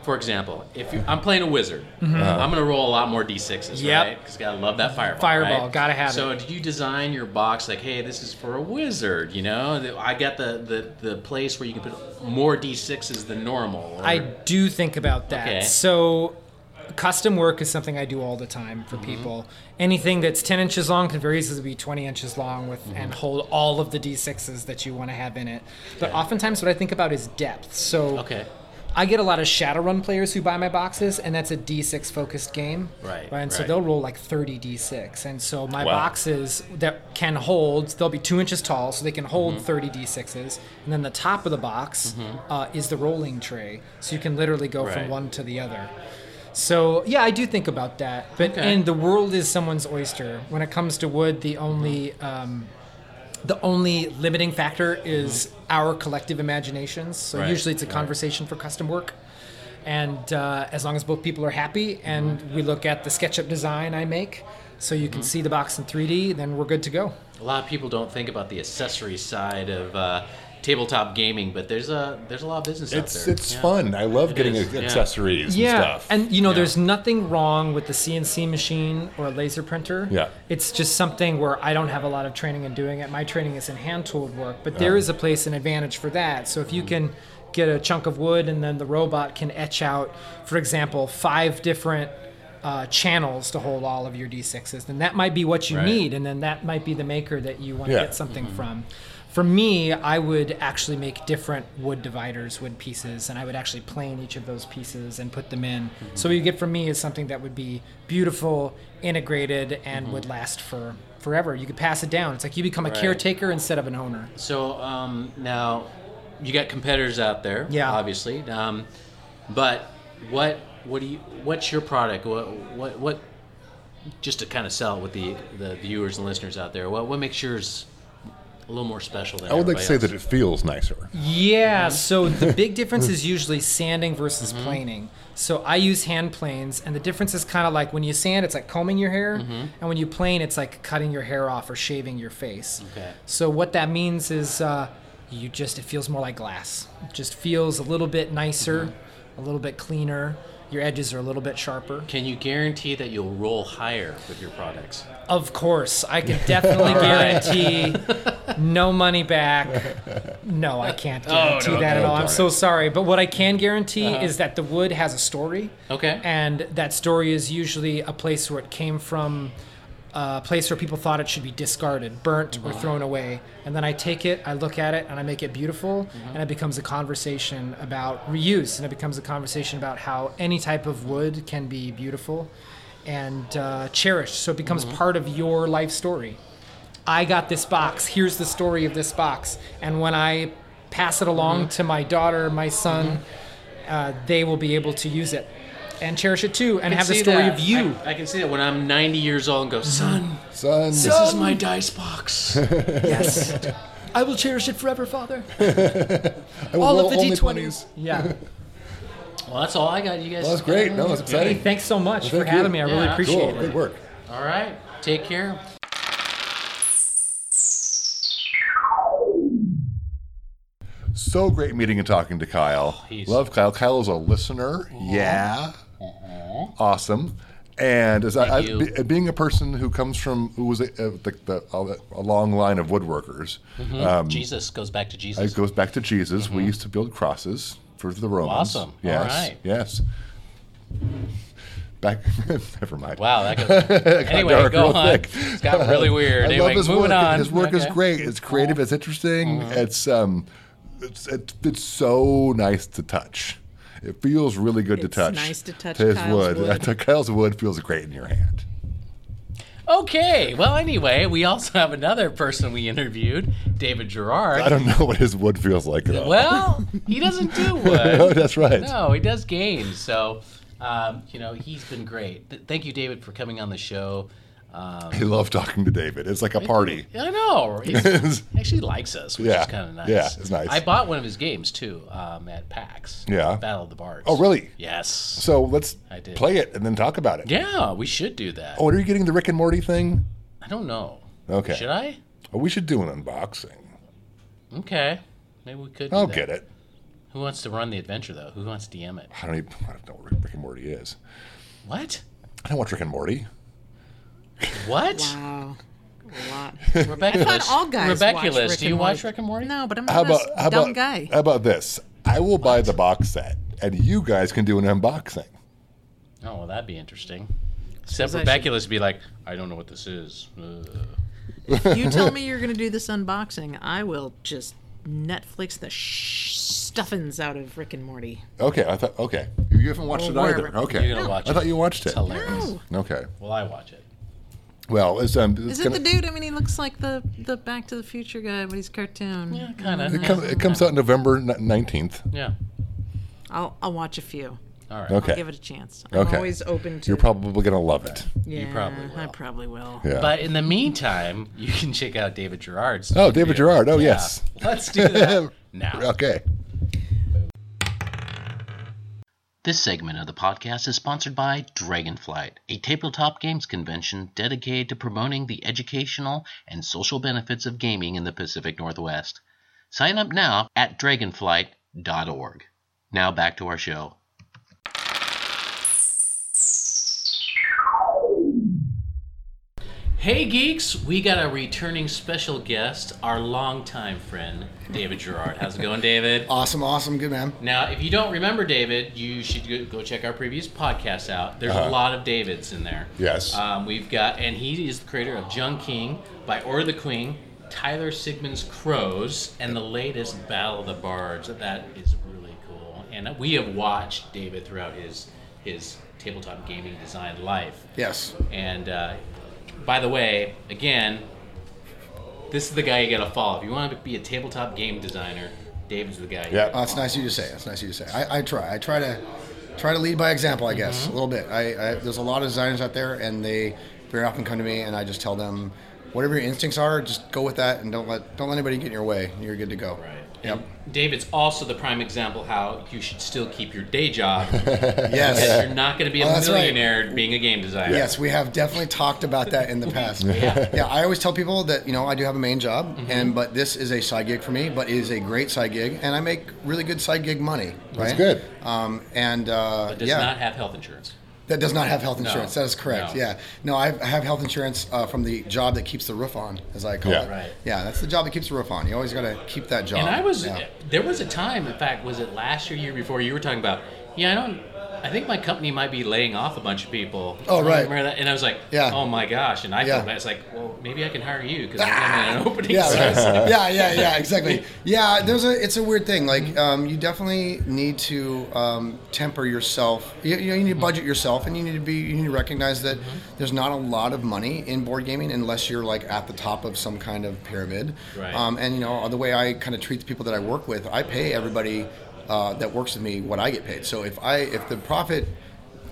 For example, if you, I'm playing a wizard, Uh-huh. I'm going to roll a lot more d6s, Mm-hmm. Yep. right? Because gotta love that fireball. Fireball, right? gotta have so it. So do you design your box like, hey, this is for a wizard? You know, I got the the, the place where you can put more d6s than normal. or- I do think about that. Okay. So, custom work is something I do all the time for Mm-hmm. people. Anything that's 10 inches long can very easily be 20 inches long with Mm-hmm. and hold all of the d6s that you want to have in it. But oftentimes, what I think about is depth. So, okay. I get a lot of Shadowrun players who buy my boxes, and that's a D6 focused game. Right, And so right. they'll roll like 30 D6. And so my Wow. boxes that can hold, they'll be two inches tall, so they can hold Mm-hmm. 30 D6s. And then the top of the box uh, is the rolling tray. So you can literally go from Right. one to the other. So yeah, I do think about that. But Okay. and the world is someone's oyster. When it comes to wood, the only um, the only limiting factor is our collective imaginations. So Right, usually it's a conversation for custom work. And uh, as long as both people are happy and we look at the SketchUp design I make, so you Mm-hmm. can see the box in 3D, then we're good to go. A lot of people don't think about the accessory side of uh, tabletop gaming, but there's a there's a lot of business out It's there. it's fun. I love getting is, yeah. accessories and stuff. and you know, there's nothing wrong with the CNC machine or a laser printer. Yeah. it's just something where I don't have a lot of training in doing it. My training is in hand tooled work, but there is a place and advantage for that. So if Mm-hmm. you can get a chunk of wood and then the robot can etch out, for example, five different. Uh, channels to hold all of your d6s, then that might be what you need, and then that might be the maker that you want to Yeah. get something from. For me, I would actually make different wood dividers, wood pieces, and I would actually plane each of those pieces and put them in. So what you get from me is something that would be beautiful, integrated, and would last for forever. You could pass it down. It's like you become a caretaker instead of an owner. so um, now you got competitors out there, Yeah. obviously. Um, but what what do you what's your product? What what what just to kind of sell it with the the viewers and listeners out there? What what makes yours a little more special than I would like to Oh, say everybody that it feels nicer. Yeah, so the big difference is usually sanding versus planing. So I use hand planes, and the difference is kind of like when you sand, it's like combing your hair, and when you plane, it's like cutting your hair off or shaving your face. Okay. So what that means is uh, you just, it feels more like glass. It just feels a little bit nicer, a little bit cleaner. Your edges are a little bit sharper. else? Can you guarantee that you'll roll higher with your products? Of course, I can definitely guarantee no money back. No, I can't guarantee no, that at no, all. I'm darn so it. sorry, but what I can guarantee is that the wood has a story. Okay. And that story is usually a place where it came from, a place where people thought it should be discarded, burnt, or thrown away. And then I take it, I look at it, and I make it beautiful, and it becomes a conversation about reuse, and it becomes a conversation about how any type of wood can be beautiful and uh, cherished. So it becomes part of your life story. I got this box. Here's the story of this box. And when I pass it along to my daughter, my son, uh, they will be able to use it and cherish it too and I have the see story that. of you. I, I can see that when I'm 90 years old and go, son, Son, this is my dice box. yes. I will cherish it forever, Father. I will all of roll the only D20s. Yeah. Well, that's all I got. You guys. Well, that's great. No, that's hey, exciting. thanks so much for thank you. having me. I really Yeah, appreciate Cool. it. Good work. All right. Take care. So great meeting and talking to Oh, Kyle. Love Kyle. Kyle is a listener. Yeah. Awesome. And as I, I, Thank be, being a person who comes from who was a, a, the, the, a, a long line of woodworkers, Mm-hmm. um, Jesus goes back to Jesus. It goes back to Jesus. We used to build crosses for the Romans. Awesome. All Yes. right. Yes. Back, never mind. Wow, that goes. It got Anyway, dark go real on. quick. It's gotten really weird. I Anyway, love his moving work. on. His work is Okay. Uh-huh. great. It's creative. It's interesting. It's um, it's it, it's so nice to touch. It feels really good to It's touch. nice to touch his Kyle's wood. Kyle's wood feels great in your hand. Okay. Well, anyway, we also have another person we interviewed, David I Gerard. don't know what his wood feels like though. Well, he doesn't do oh, wood. that's right. No, he does games. So, um, you know, he's been great. Th- thank you, David, for coming on the show. Um, I love talking to David. It's like a party. I know. He's, he actually likes us, which Yeah. is kind of nice. Yeah, it's nice. I bought one of his games too um, at PAX. Yeah. Battle of the Bards. Oh, really? Yes. So let's I did. play it and then talk about it. yeah, we should do that. Oh, are you getting the Rick and Morty thing? I don't know. Okay. Should I? Oh, we should do an unboxing. Okay. Maybe we could. Do I'll that. get it. Who wants to run the adventure though? Who wants to DM it? I don't even I don't know what Rick and Morty is. What? I don't watch Rick and Morty. What? Wow. A lot. Rebecca, I thought all guys Rebecca, watched List, Rick do you and watch Morty. Rick and Morty? No, but I'm How not about a how dumb about guy. how about this? I will buy the box set, and you guys can do an unboxing. Oh, well, that'd be interesting. Except I Rebecca List would be like, I don't know what this is. Ugh. you tell me you're going to do this unboxing, I will just Netflix the sh- stuffings out of Rick and Morty. Okay, I thought okay. You haven't watched Well, it wherever- either. Okay, You're gonna watch I it. thought you watched It's it. hilarious. No. Okay. Well, I watch it. Well, it's um. It's Is it gonna, the dude? I mean, he looks like the, the Back to the Future guy, but he's cartoon. Yeah, kind of. It, come, it comes out November nineteenth. Yeah. I'll, I'll watch a few. All right. I'll Okay. give it a chance. I'm Okay. always open to You're probably gonna love it. yeah, probably I will. probably will. Yeah. But in the meantime, you can check out David Gerard's. oh, David Gerard. Oh, yes. Let's do that now. Okay. This segment of the podcast is sponsored by Dragonflight, a tabletop games convention dedicated to promoting the educational and social benefits of gaming in the Pacific Northwest. Sign up now at dragonflight.org. Now back to our show. Hey, geeks! We got a returning special guest, our longtime friend, David Gerard. How's it going, David? Awesome, awesome, good man. Now, if you don't remember David, you should go- go check our previous podcast out. There's a lot of Davids in there. Uh-huh. Yes. Um, we've got, and he is the creator of Jung King by Order the Queen, Tyler Sigmund's Crows, and the latest Battle of the Bards. That is really cool. And we have watched David throughout his his tabletop gaming design life. Yes. And uh, by the way, again, this is the guy you gotta follow. If you want to be a tabletop game designer, David's the guy. you Yeah. Uh, it's nice of you to say. It's nice of you to say. I, I try. I try to try to lead by example, I guess, Mm-hmm. a little bit. I, I there's a lot of designers out there, and they very often come to me, and I just tell them, whatever your instincts are, just go with that, and don't let don't let anybody get in your way. You're good to go. Right. Yep. And David's also the prime example how you should still keep your day job because Yes. you're not going to be Oh, a that's right. millionaire being a game designer. Yes, we have definitely talked about that in the past. yeah. I always tell people that you know I do have a main job, Mm-hmm. and but this is a side gig for me, but it is a great side gig, and I make really good side gig money. Right? That's good. Um, and uh, But does yeah. not have health insurance. That does not have health insurance. That is correct. No. Yeah. No, I I have health insurance uh, from the job that keeps the roof on, as I call Yeah. it. Right. Yeah, that's the job that keeps the roof on. You always got to keep that job. And I was Oh, Yeah. there was a time, in fact, was it last year, year before, you were talking about, yeah, I don't, I think my company might be laying off a bunch of people. Oh, I right. Remember that? And I was like, Yeah. oh my gosh. And I Yeah. Ah! felt bad. It's like, well, maybe I can hire you because I'm in an opening. Yeah, So I was like, right. yeah, yeah, yeah, exactly. Yeah, there's a it's a weird thing. Like, um, you definitely need to um, temper yourself. You, you, know, you need to budget yourself, and you need to be you need to recognize that Mm-hmm. there's not a lot of money in board gaming unless you're like at the top of some kind of pyramid. Right. Um, and you know, the way I kind of treat the people that I work with, I pay everybody uh, that works with me what I get paid. So if I if the profit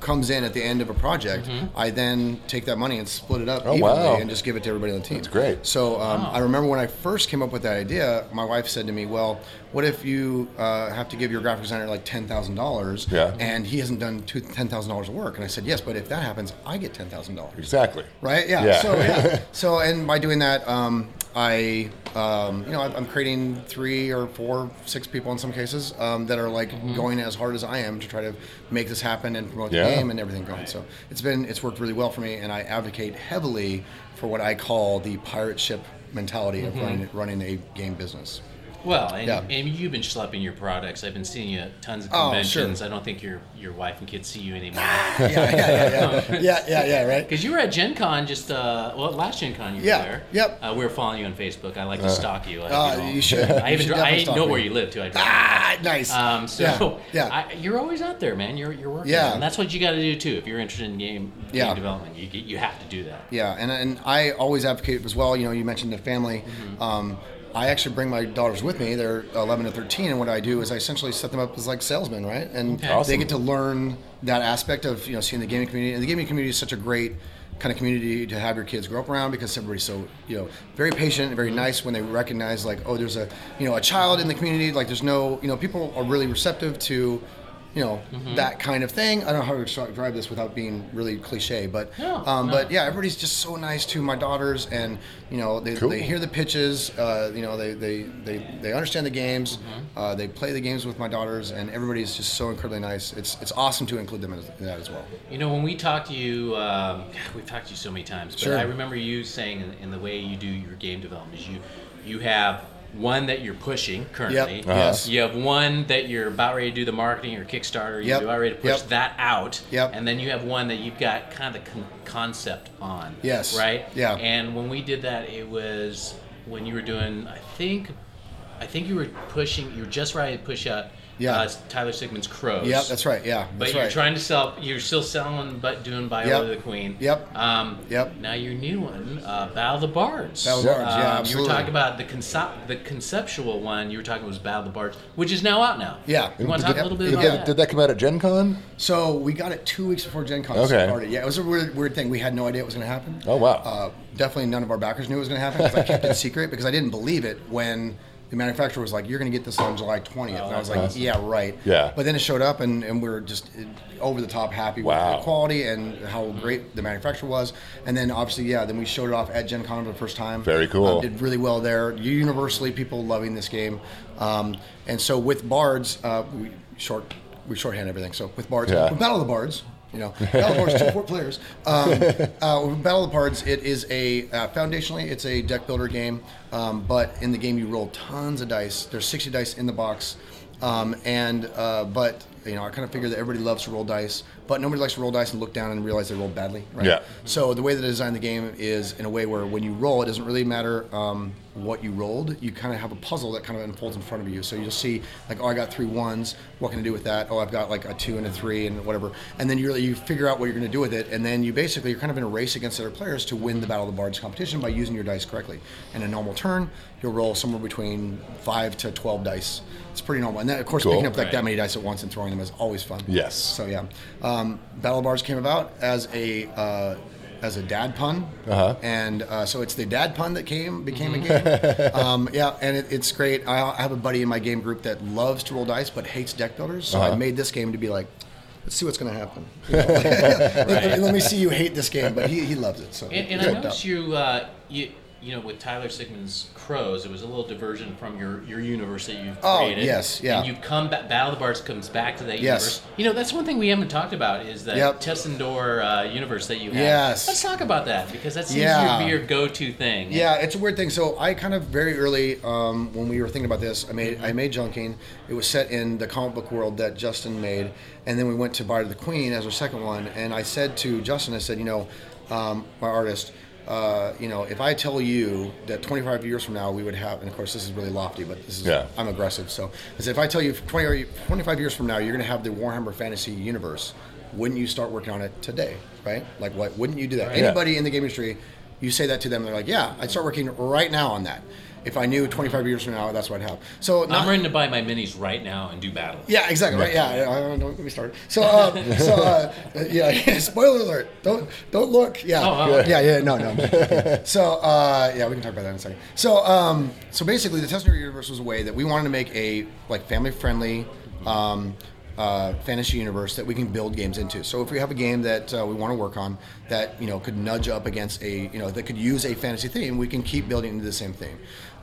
comes in at the end of a project, Mm-hmm. I then take that money and split it up Oh, evenly wow. and just give it to everybody on the team. That's great. so um, I remember when I first came up with that idea, my wife said to me, "Well, what if you uh, have to give your graphic designer like ten thousand dollars, Yeah. and he hasn't done two, ten thousand dollars of work?" And I said, "Yes, but if that happens, I get ten thousand dollars, Exactly. right? Yeah. Yeah. So yeah. so and by doing that, um, I um, you know I'm creating three or four, six people in some cases um, that are like Mm-hmm. going as hard as I am to try to make this happen and promote Yeah. the game and everything going. So it's been it's worked really well for me, and I advocate Mm-hmm. heavily for what I call the pirate ship mentality of running running a game business. Well, and, Yeah. and you've been schlepping your products. I've been seeing you at tons of Oh, conventions. sure. Ah! I don't think your your wife and kids see you anymore. yeah, yeah, yeah, yeah, yeah, yeah, right. Because you were at Gen Con just, uh, well, last Gen Con you were Yeah, there. yep. Uh, we were following you on Facebook. I like to stalk you. I, Uh, know. you should. I You even dri- should I definitely even stalk know me. where you live, too. I drive Ah, nice. Um, so yeah, yeah. I, you're always out there, man. You're you're working, Yeah. and that's what you got to do too. If you're interested in game, Yeah. game development, you you have to do that. Yeah, and and I always advocate as well. You know, you mentioned the family. Um, I actually bring my daughters with me. They're 11 and 13, and what I do is I essentially set them up as like salesmen, right? And they Awesome. get to learn that aspect of you know seeing the gaming community. And the gaming community is such a great kind of community to have your kids grow up around because everybody's so you know very patient and very nice when they recognize like oh there's a you know a child in the community like there's no you know people are really receptive to you know that kind of thing i don't know how to describe this without being really cliche but No, um, no. but yeah, everybody's just so nice to my daughters, and you know they, Cool. they hear the pitches, uh, you know they they, they, they understand the games, Mm-hmm. uh, they play the games with my daughters, and everybody's just so incredibly nice. It's it's awesome to include them in that as well. You know, when we talked to you, um, we've talked to you so many times, but Sure. I remember you saying in, in the way you do your game development is you, you have one that you're pushing currently. Yep. Uh-huh. Yes. You have one that you're about ready to do the marketing or Kickstarter. You're Yep. about ready to push Yep. that out. Yep. And then you have one that you've got kind of the con- concept on. Yes. Right? Yeah. And when we did that, it was when you were doing, I think, I think you were pushing, you were just ready to push out Yeah. uh, Tyler Sigmund's Crows. Yep, that's right. Yeah, But that's you're right. trying to sell. You're still selling, but doing Viola Yep. the Queen. Yep. Um, Yep. Now your new one, uh, Battle of the Bards. Battle of the Bards, yeah, Um, You absolutely. were talking about the concept, the conceptual one. You were talking was Battle of the Bards, which is now out now. Yeah. You want to talk Yep. a little bit Did about that, that? did that come out at Gen Con? So we got it two weeks before Gen Con Okay. started. Yeah, it was a weird, weird thing. We had no idea it was going to happen. Oh, wow. Uh, definitely none of our backers knew it was going to happen because I kept it secret because I didn't believe it when the manufacturer was like, "You're going to get this on July 20th," and I was like, "Yeah, right." Oh, Yeah. But then it showed up, and, and we were just uh, over the top happy with Wow. the quality and how great the manufacturer was. And then obviously, yeah, then we showed it off at Gen Con for the first time. Very cool. Um, did really well there. Universally, people loving this game. Um, and so with Bards, uh, we short we shorthand everything. So with Bards, Yeah. with Battle of the Bards. You know, Battle of the Bards, two four players. Um, uh, with Battle of the Bards, it is a uh, foundationally, it's a deck builder game. Um, but in the game, you roll tons of dice. There's 60 dice in the box, um, and uh, but you know, I kind of figure that everybody loves to roll dice, but nobody likes to roll dice and look down and realize they rolled badly. Right? Yeah. So the way that I designed the game is in a way where when you roll, it doesn't really matter um, what you rolled. You kind of have a puzzle that kind of unfolds in front of you. So you'll see like, oh, I got three ones. What can I do with that? Oh, I've got like a two and a three and whatever. And then you really, you figure out what you're going to do with it. And then you basically you're kind of in a race against other players to win the battle of the bards competition by using your dice correctly. In a normal turn, you'll roll somewhere between five to twelve dice. It's pretty normal. And then of course Cool. picking up like that Right. many dice at once and throwing them is always fun. Yes. So yeah, um, Battle Bars came about as a uh, as a dad pun, Uh-huh. and uh, so it's the dad pun that came became Mm-hmm. a game. um, yeah, and it, it's great. I, I have a buddy in my game group that loves to roll dice but hates deck builders, so Uh-huh. I made this game to be like. Let's see what's going to happen. You know? let, let- let me see you hate this game, but he, he loves it. So And, and it I worked out. noticed you, uh, you, you know, with Tyler Sigmund's Crows, it was a little diversion from your, your universe that you've Oh, created. yes, yeah. And you've come back, Battle of the Bards comes back to that Yes. universe. You know, that's one thing we haven't talked about is that Yep. Tessendor uh, universe that you have. Yes. Let's talk about that because that seems Yeah. to be your go to thing. Yeah, it's a weird thing. So I kind of very early um, when we were thinking about this, I made I made Junking. It was set in the comic book world that Justin made, and then we went to Bard of the Queen as our second one. And I said to Justin, I said, you know, um, my artist. Uh, you know, if I tell you that 25 years from now we would have, and of course this is really lofty, but this is Yeah. I'm aggressive. So I said, if I tell you 20 or 25 years from now you're going to have the Warhammer Fantasy universe, wouldn't you start working on it today? Right? Like, what? Wouldn't you do that? Yeah. Anybody in the game industry, you say that to them, they're like, yeah, I'd start working right now on that. If I knew 25 years from now, that's what I'd have. So I'm not, ready to buy my minis right now and do battle. yeah, exactly. Right. Yeah. yeah, I don't, don't get me started. So, uh, so uh, yeah. Spoiler alert. Don't don't look. Yeah. Oh, oh, okay. yeah. Yeah. No. No. so uh, yeah, we can talk about that in a second. So um, so basically, the Testament Universe was a way that we wanted to make a like family friendly. Um, uh, fantasy universe that we can build games into. So if we have a game that uh, we want to work on that you know could nudge up against a you know that could use a fantasy theme, we can keep building into the same theme.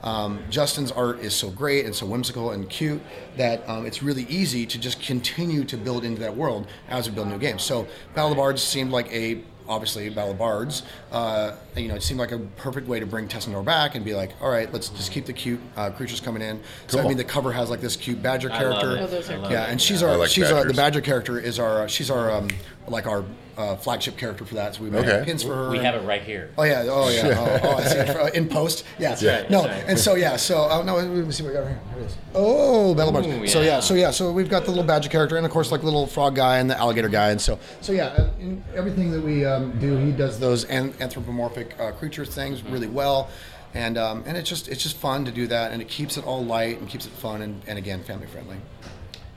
Um, Justin's art is so great and so whimsical and cute that um, it's really easy to just continue to build into that world as we build new games. So Battle of the Bards seemed like a obviously Battle of Bards, uh, you know, it seemed like a perfect way to bring Tessendor back and be like, all right, let's just keep the cute uh, creatures coming in. So I Cool. mean, the cover has like this cute badger I love character. it. Oh, those are I love Yeah, it. and she's I our like she's our, the badgers. badger character is our she's our um, like our uh, flagship character for that. So we make Okay. pins for her. We and- have it right here. Oh yeah! Oh yeah! Oh, oh, I see it for- in post. Yeah. right, No, that's right. and so yeah, so oh no, let me see what we got here. Here it is. Oh, Battle Bards. Ooh, So yeah. yeah, so yeah, so we've got the little badger character, and of course like little frog guy and the alligator guy, and so so yeah, uh, in everything that we um, do, he does those an- anthropomorphic uh, creature things really Mm-hmm. well, and um, and it's just it's just fun to do that, and it keeps it all light and keeps it fun, and, and again family friendly.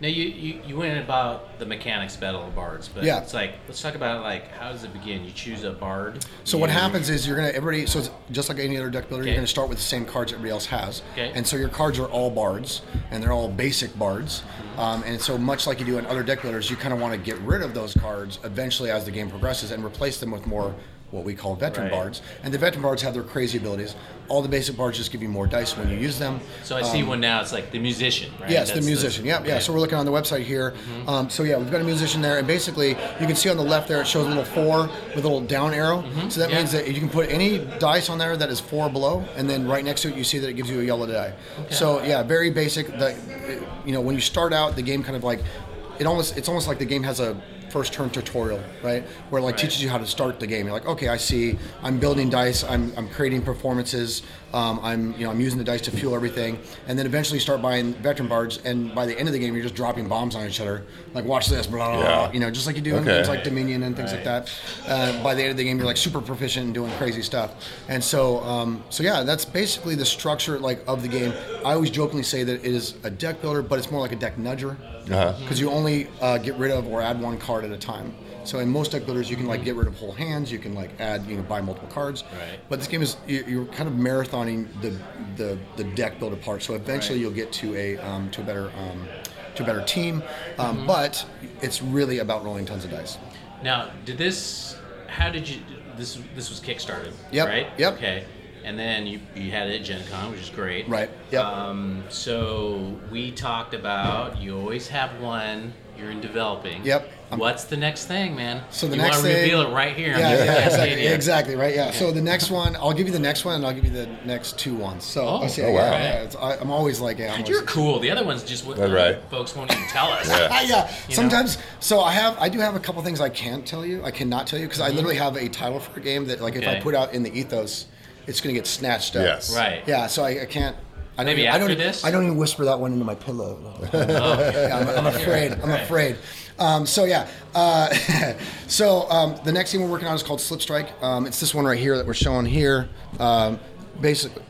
Now you, you you went about the mechanics of battle of bards, but Yeah. it's like let's talk about like how does it begin? You choose a bard. So you- what happens is you're gonna everybody. So it's just like any other deck builder, Okay. you're gonna start with the same cards everybody else has. Okay. And so your cards are all bards, and they're all basic bards. Um, and so much like you do in other deck builders, you kind of want to get rid of those cards eventually as the game progresses and replace them with more what we call veteran Right. bards. And the veteran bards have their crazy abilities. All the basic bards just give you more dice when you use them. So I see one now. It's like the musician, right? Um, Yes, the That's musician. yeah, yeah. okay. Mm-hmm. So we're looking on the website here. Um, so yeah, we've got a musician there, and basically you can see on the left there it shows a little four with a little down arrow. So that Mm-hmm. Yeah. means that you can put any dice on there that is four below, and then right next to it you see that it gives you a yellow die. So yeah, very basic. The, you know, when you start out, the game kind of like it almost it's almost like the game has a first turn tutorial right where it like teaches you how to start the game you're like okay i see i'm building dice i'm, I'm creating performances um, i'm you know i'm using the dice to fuel everything and then eventually you start buying veteran bards and by the end of the game you're just dropping bombs on each other like watch this blah blah, blah Yeah. you know just like you do in Okay. games like dominion and things like that uh, by the end of the game you're like super proficient and doing crazy stuff and so um, so yeah that's basically the structure like of the game i always jokingly say that it is a deck builder but it's more like a deck nudger Uh-huh. because you only uh, get rid of or add one card at a time. So in most deck builders, you can like get rid of whole hands. You can like add, you know, buy multiple cards. Right. But this game is you- you're kind of marathoning the the, the deck builder part. So eventually, Right. you'll get to a um, to a better um, to a better team. Um, But it's really about rolling tons of dice. Now, did this? How did you? This this was kickstarted. Yep, Right. yep. Okay. And then you, you had it at Gen Con, which is great. Right. Yep. Um, so we talked about you always have one you're in developing. Yep. I'm- What's the next thing, man? So the you next want to thing- reveal it right here. on Yeah, the yeah, exactly, Cascadia. exactly, right? Yeah. So the next one, I'll give you the next one, and I'll give you the next two ones. So Oh, I see, oh, yeah, wow. yeah, it's- I, am always like, yeah, I'm God, always- You're cool. The other ones just what That's right. folks won't even tell us. Yeah. Ah, yeah. You Sometimes, so I have, I do have a couple things I can't tell you. I cannot tell you because I literally have a title for a game that, like, if I Okay. put out in the ethos, it's going to get snatched up. Yes. Right. Yeah. So I, I can't. I don't Maybe even, I after don't, this? Oh. I don't even whisper that one into my pillow. Yeah, I'm, I'm afraid. I'm afraid. Um, so yeah. Uh, so um, the next thing we're working on is called Slip Strike. Um, it's this one right here that we're showing here. Um, basically.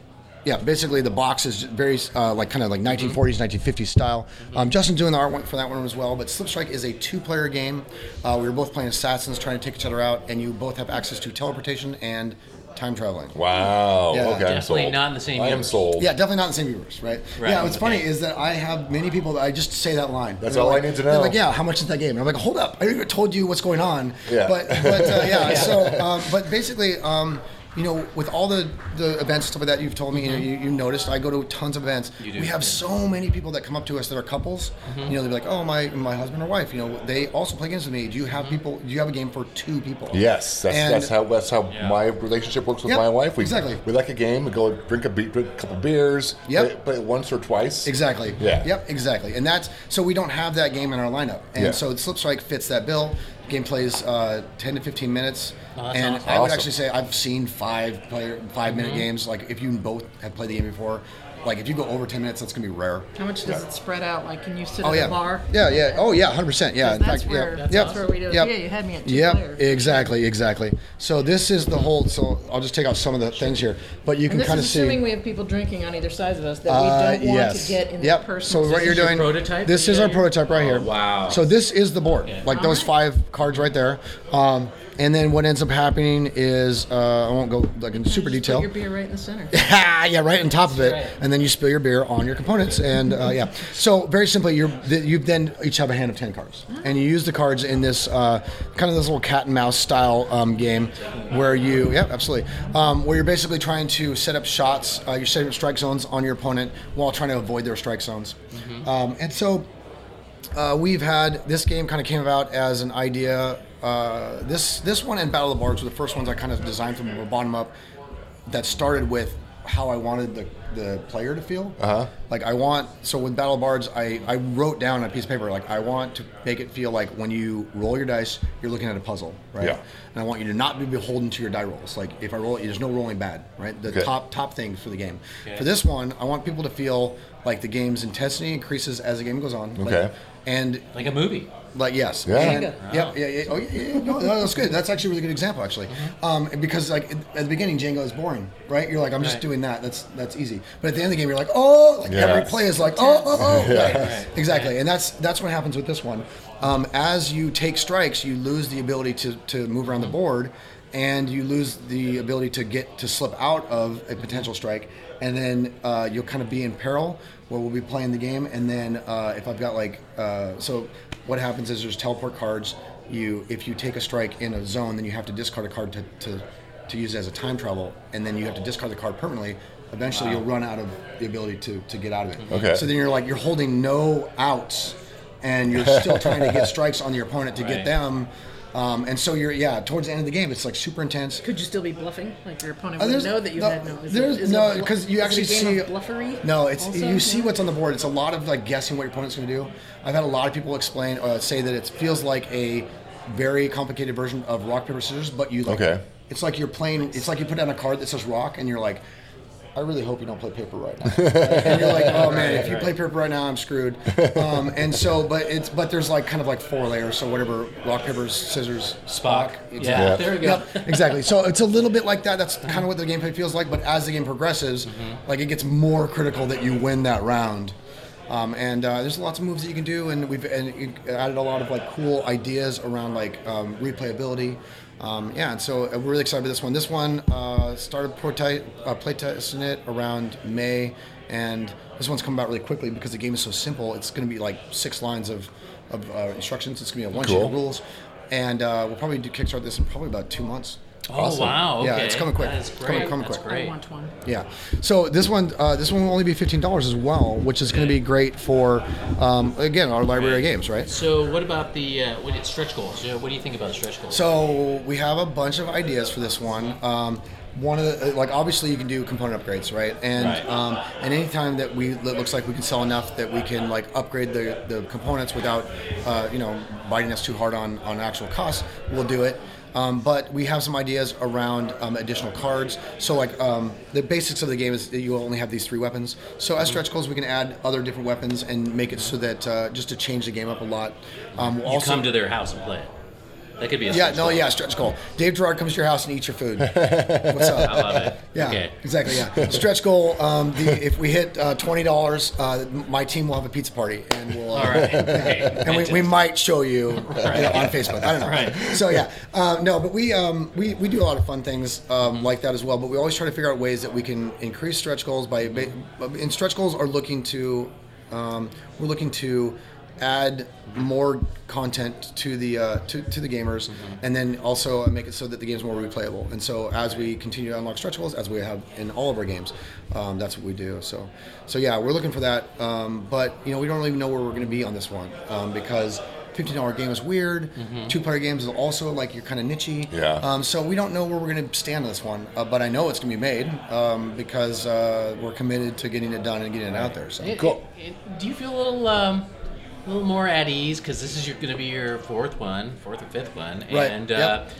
Yeah, basically the box is very uh, like kind of Mm-hmm. like 1940s, 1950s style. Um, Justin's doing the artwork for that one as well. But Slip Strike is a two-player game. Uh, we were both playing assassins, trying to take each other out, and you both have access to teleportation and time traveling. Wow. Yeah. okay. I'm Definitely sold. not in the same I am universe. sold. Yeah, definitely not in the same universe, right? Right. Yeah, what's funny Okay. is that I have many people that I just say that line. That's They're all I like- need to they're know. Like, yeah, how much is that game? And I'm like, hold up, I even told you what's going on. Yeah. But but uh, yeah, so um, but basically. Um, you know, with all the, the events and stuff like that you've told me, Mm-hmm. you, know, you, you noticed I go to tons of events. You do, we have yeah. so many people that come up to us that are couples. Mm-hmm. You know, they're like, "Oh, my my husband or wife." You know, they also play games with me. Do you have people? Do you have a game for two people? Mm-hmm. Yes, that's, And- that's how that's how Yeah. my relationship works with Yep, my wife. We, exactly. We like a game. We go drink a, be- drink a couple beers. Yep. Play, play it once or twice. Exactly. Yeah. Yep. Exactly. And that's so we don't have that game in our lineup, and Yeah. so Slip Strike fits that bill. Game plays uh, ten to fifteen minutes, that's and awesome. I would Awesome. actually say I've seen five player 5 Mm-hmm. minute games. Like if you both have played the game before, like if you go over ten minutes, that's gonna be rare. How much does it spread out? Like, can you sit Oh at yeah. a bar? Yeah. Yeah. Oh yeah. Hundred percent. Yeah. 'Cause that's where yeah. that's where we do. it. Yep. Yeah, you had me at two Yep, player. exactly, exactly. So this is the whole. So I'll just take out some of the things here, but you and can this kind of is see. assuming we have people drinking on either side of us that Uh, we don't want yes. to get in yep. the person. So what you're is your doing? prototype? This is Yeah, our yeah. prototype right here. Oh, wow. So this is the board, like those five cards right there. Um, and then what ends up happening is uh, I won't go like in super Just put detail. your beer right in the center. Ah, yeah, right on top of it, Right. and then you spill your beer on your components, and uh, yeah. So very simply, you're th- you then each have a hand of ten cards, and you use the cards in this uh, kind of this little cat and mouse style um, game, where you yeah absolutely, um, where you're basically trying to set up shots, uh, you're setting up strike zones on your opponent while trying to avoid their strike zones, um, and so uh, we've had this game kind of came about as an idea uh, this this one and Battle of the Bards were the first ones I kind of designed from the bottom up. That started with how I wanted the, the player to feel. Uh-huh. Like I want so with Battle of Bards, I I wrote down on a piece of paper like I want to make it feel like when you roll your dice, you're looking at a puzzle, right? Yeah. And I want you to not be beholden to your die rolls. Like if I roll, it, there's no rolling bad, right? The Okay. top top things for the game. For this one, I want people to feel like the game's intensity increases as the game goes on. like- Okay. and Like a movie. like yes, Yeah. and, Bingo. yeah, yeah, yeah. Oh, yeah, yeah. No, no, that's good. That's actually a really good example, actually. Um, and because like at the beginning, Django is boring, right? You're like, I'm just Right. doing that. That's that's easy. But at the end of the game, you're like, oh, like Yeah. every play is like, oh, oh, oh. Right. Right. Exactly, and that's that's what happens with this one. Um, as you take strikes, you lose the ability to to move around the board, and you lose the ability to get to slip out of a potential strike, and then uh, you'll kind of be in peril where we'll be playing the game. And then uh, if I've got like uh, so, what happens is there's teleport cards. You if you take a strike in a zone, then you have to discard a card to to, to use it as a time travel, and then you have to discard the card permanently. Eventually, you'll run out of the ability to, to get out of it. Okay. So then you're like you're holding no outs, and you're still trying to get strikes on your opponent to get Right. them. Um, and so you're yeah towards the end of the game it's like super intense. Could you still be bluffing? Like your opponent Uh, would there's- know that you no, had no. is it- there's- is it a no, bluff- 'cause is you it actually a game see- of bluffery. No, it's also? you see Yeah. what's on the board. It's a lot of like guessing what your opponent's going to do. I've had a lot of people explain uh, say that it feels like a very complicated version of rock paper scissors, but you like, Okay. It's like you're playing. It's like you put down a card that says rock, and you're like. I really hope you don't play paper right now. and you're like, oh man, if you play paper right now, I'm screwed. Um, and so, but it's but there's like kind of like four layers. So whatever, rock paper scissors, Spock. Exactly. Yeah. There we go. Yep, exactly. So it's a little bit like that. That's kind of what the gameplay feels like. But as the game progresses, like it gets more critical that you win that round. Um, and uh, there's lots of moves that you can do, and we've and you added a lot of like cool ideas around like um, replayability. Um, yeah, and so we're really excited about this one. This one uh, started prototy- uh, playtesting it around May, and this one's coming out really quickly because the game is so simple. It's going to be like six lines of, of uh, instructions. It's going to be a one sheet Cool. of rules, and uh, we'll probably do kickstart this in probably about two months. Oh wow! Yeah, it's coming quick. That's It's great. coming- coming That's quick. I great. want one. Yeah. So this one, uh, this one will only be fifteen dollars as well, which is going to be great for, um, again, our library of games, right? So what about the uh, what, stretch goals? Yeah, what do you think about stretch goals? So we have a bunch of ideas for this one. Um, one of the like obviously you can do component upgrades, right? And Right. Um, and anytime that we that looks like we can sell enough that we can like upgrade the, the components without uh, you know biting us too hard on on actual costs, we'll do it. Um, but we have some ideas around um, additional cards. So like um, the basics of the game is that you only have these three weapons. So as stretch goals, we can add other different weapons and make it so that uh, just to change the game up a lot. Um, we'll you come to their house and play it. That could be a yeah, stretch no, goal. yeah, stretch goal. Dave Gerard comes to your house and eats your food. What's I up? love it. Yeah, Okay. exactly. Yeah, stretch goal. Um, the, if we hit uh, twenty dollars, uh, my team will have a pizza party, and we'll. Uh, All right. Okay. And we, we might show you, you know, on Facebook. I don't know. Right. So yeah, uh, no, but we um, we we do a lot of fun things um, like that as well. But we always try to figure out ways that we can increase stretch goals by. ba- And stretch goals are looking to, um, we're looking to add more content to the uh, to, to the gamers and then also make it so that the game's more replayable and so as we continue to unlock stretch goals as we have in all of our games um, that's what we do so so yeah we're looking for that um, but you know we don't really know where we're going to be on this one um, because $15 game is weird two player games is also like you're kind of nichey Yeah. um, so we don't know where we're going to stand on this one uh, but I know it's going to be made um, because uh, we're committed to getting it done and getting it out there so It- it- it- do you feel a little um, a little more at ease because this is going to be your fourth one, fourth or fifth one, Right, and yep.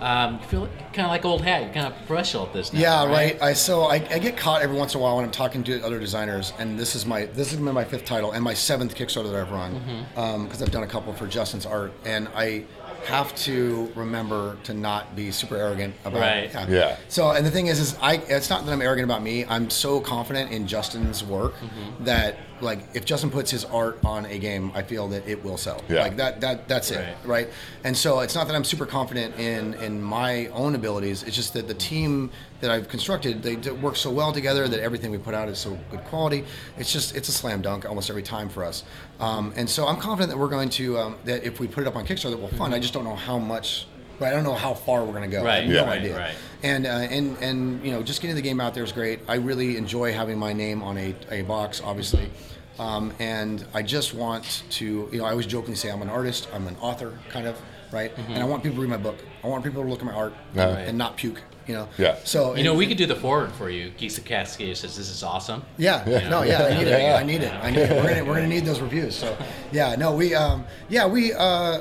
uh, um, you feel kind of like old hat. You're kind of professional at this now. Yeah, right. I so I, I get caught every once in a while when I'm talking to other designers, and this is my this has been my fifth title and my seventh Kickstarter that I've run because I've done a couple for Justin's art, and I have to remember to not be super arrogant about Right. it. Yeah. So and the thing is, is I it's not that I'm arrogant about me. I'm so confident in Justin's work that like if Justin puts his art on a game, I feel that it will sell. Yeah. Like that that that's it Right. right? And so it's not that I'm super confident in in my own abilities. It's just that the team that I've constructed they d- work so well together that everything we put out is so good quality. It's just it's a slam dunk almost every time for us. Um, and so I'm confident that we're going to um, that if we put it up on Kickstarter, that we'll fund. I just don't know how much. Right, I don't know how far we're going to go. I have Right, no right, idea. right. And uh, and and you know, just getting the game out there is great. I really enjoy having my name on a, a box, obviously. Um, and I just want to, you know, I always jokingly say I'm an artist, I'm an author, kind of. right? And I want people to read my book. I want people to look at my art Yeah. and not puke. You know. Yeah. So You know, we could do the forward for you. Geeks of Cascadia says this is awesome. Yeah, no, yeah, I need it. Yeah. I need it. I need it. We're gonna we're gonna need those reviews. So, yeah, no, we um, yeah, we uh,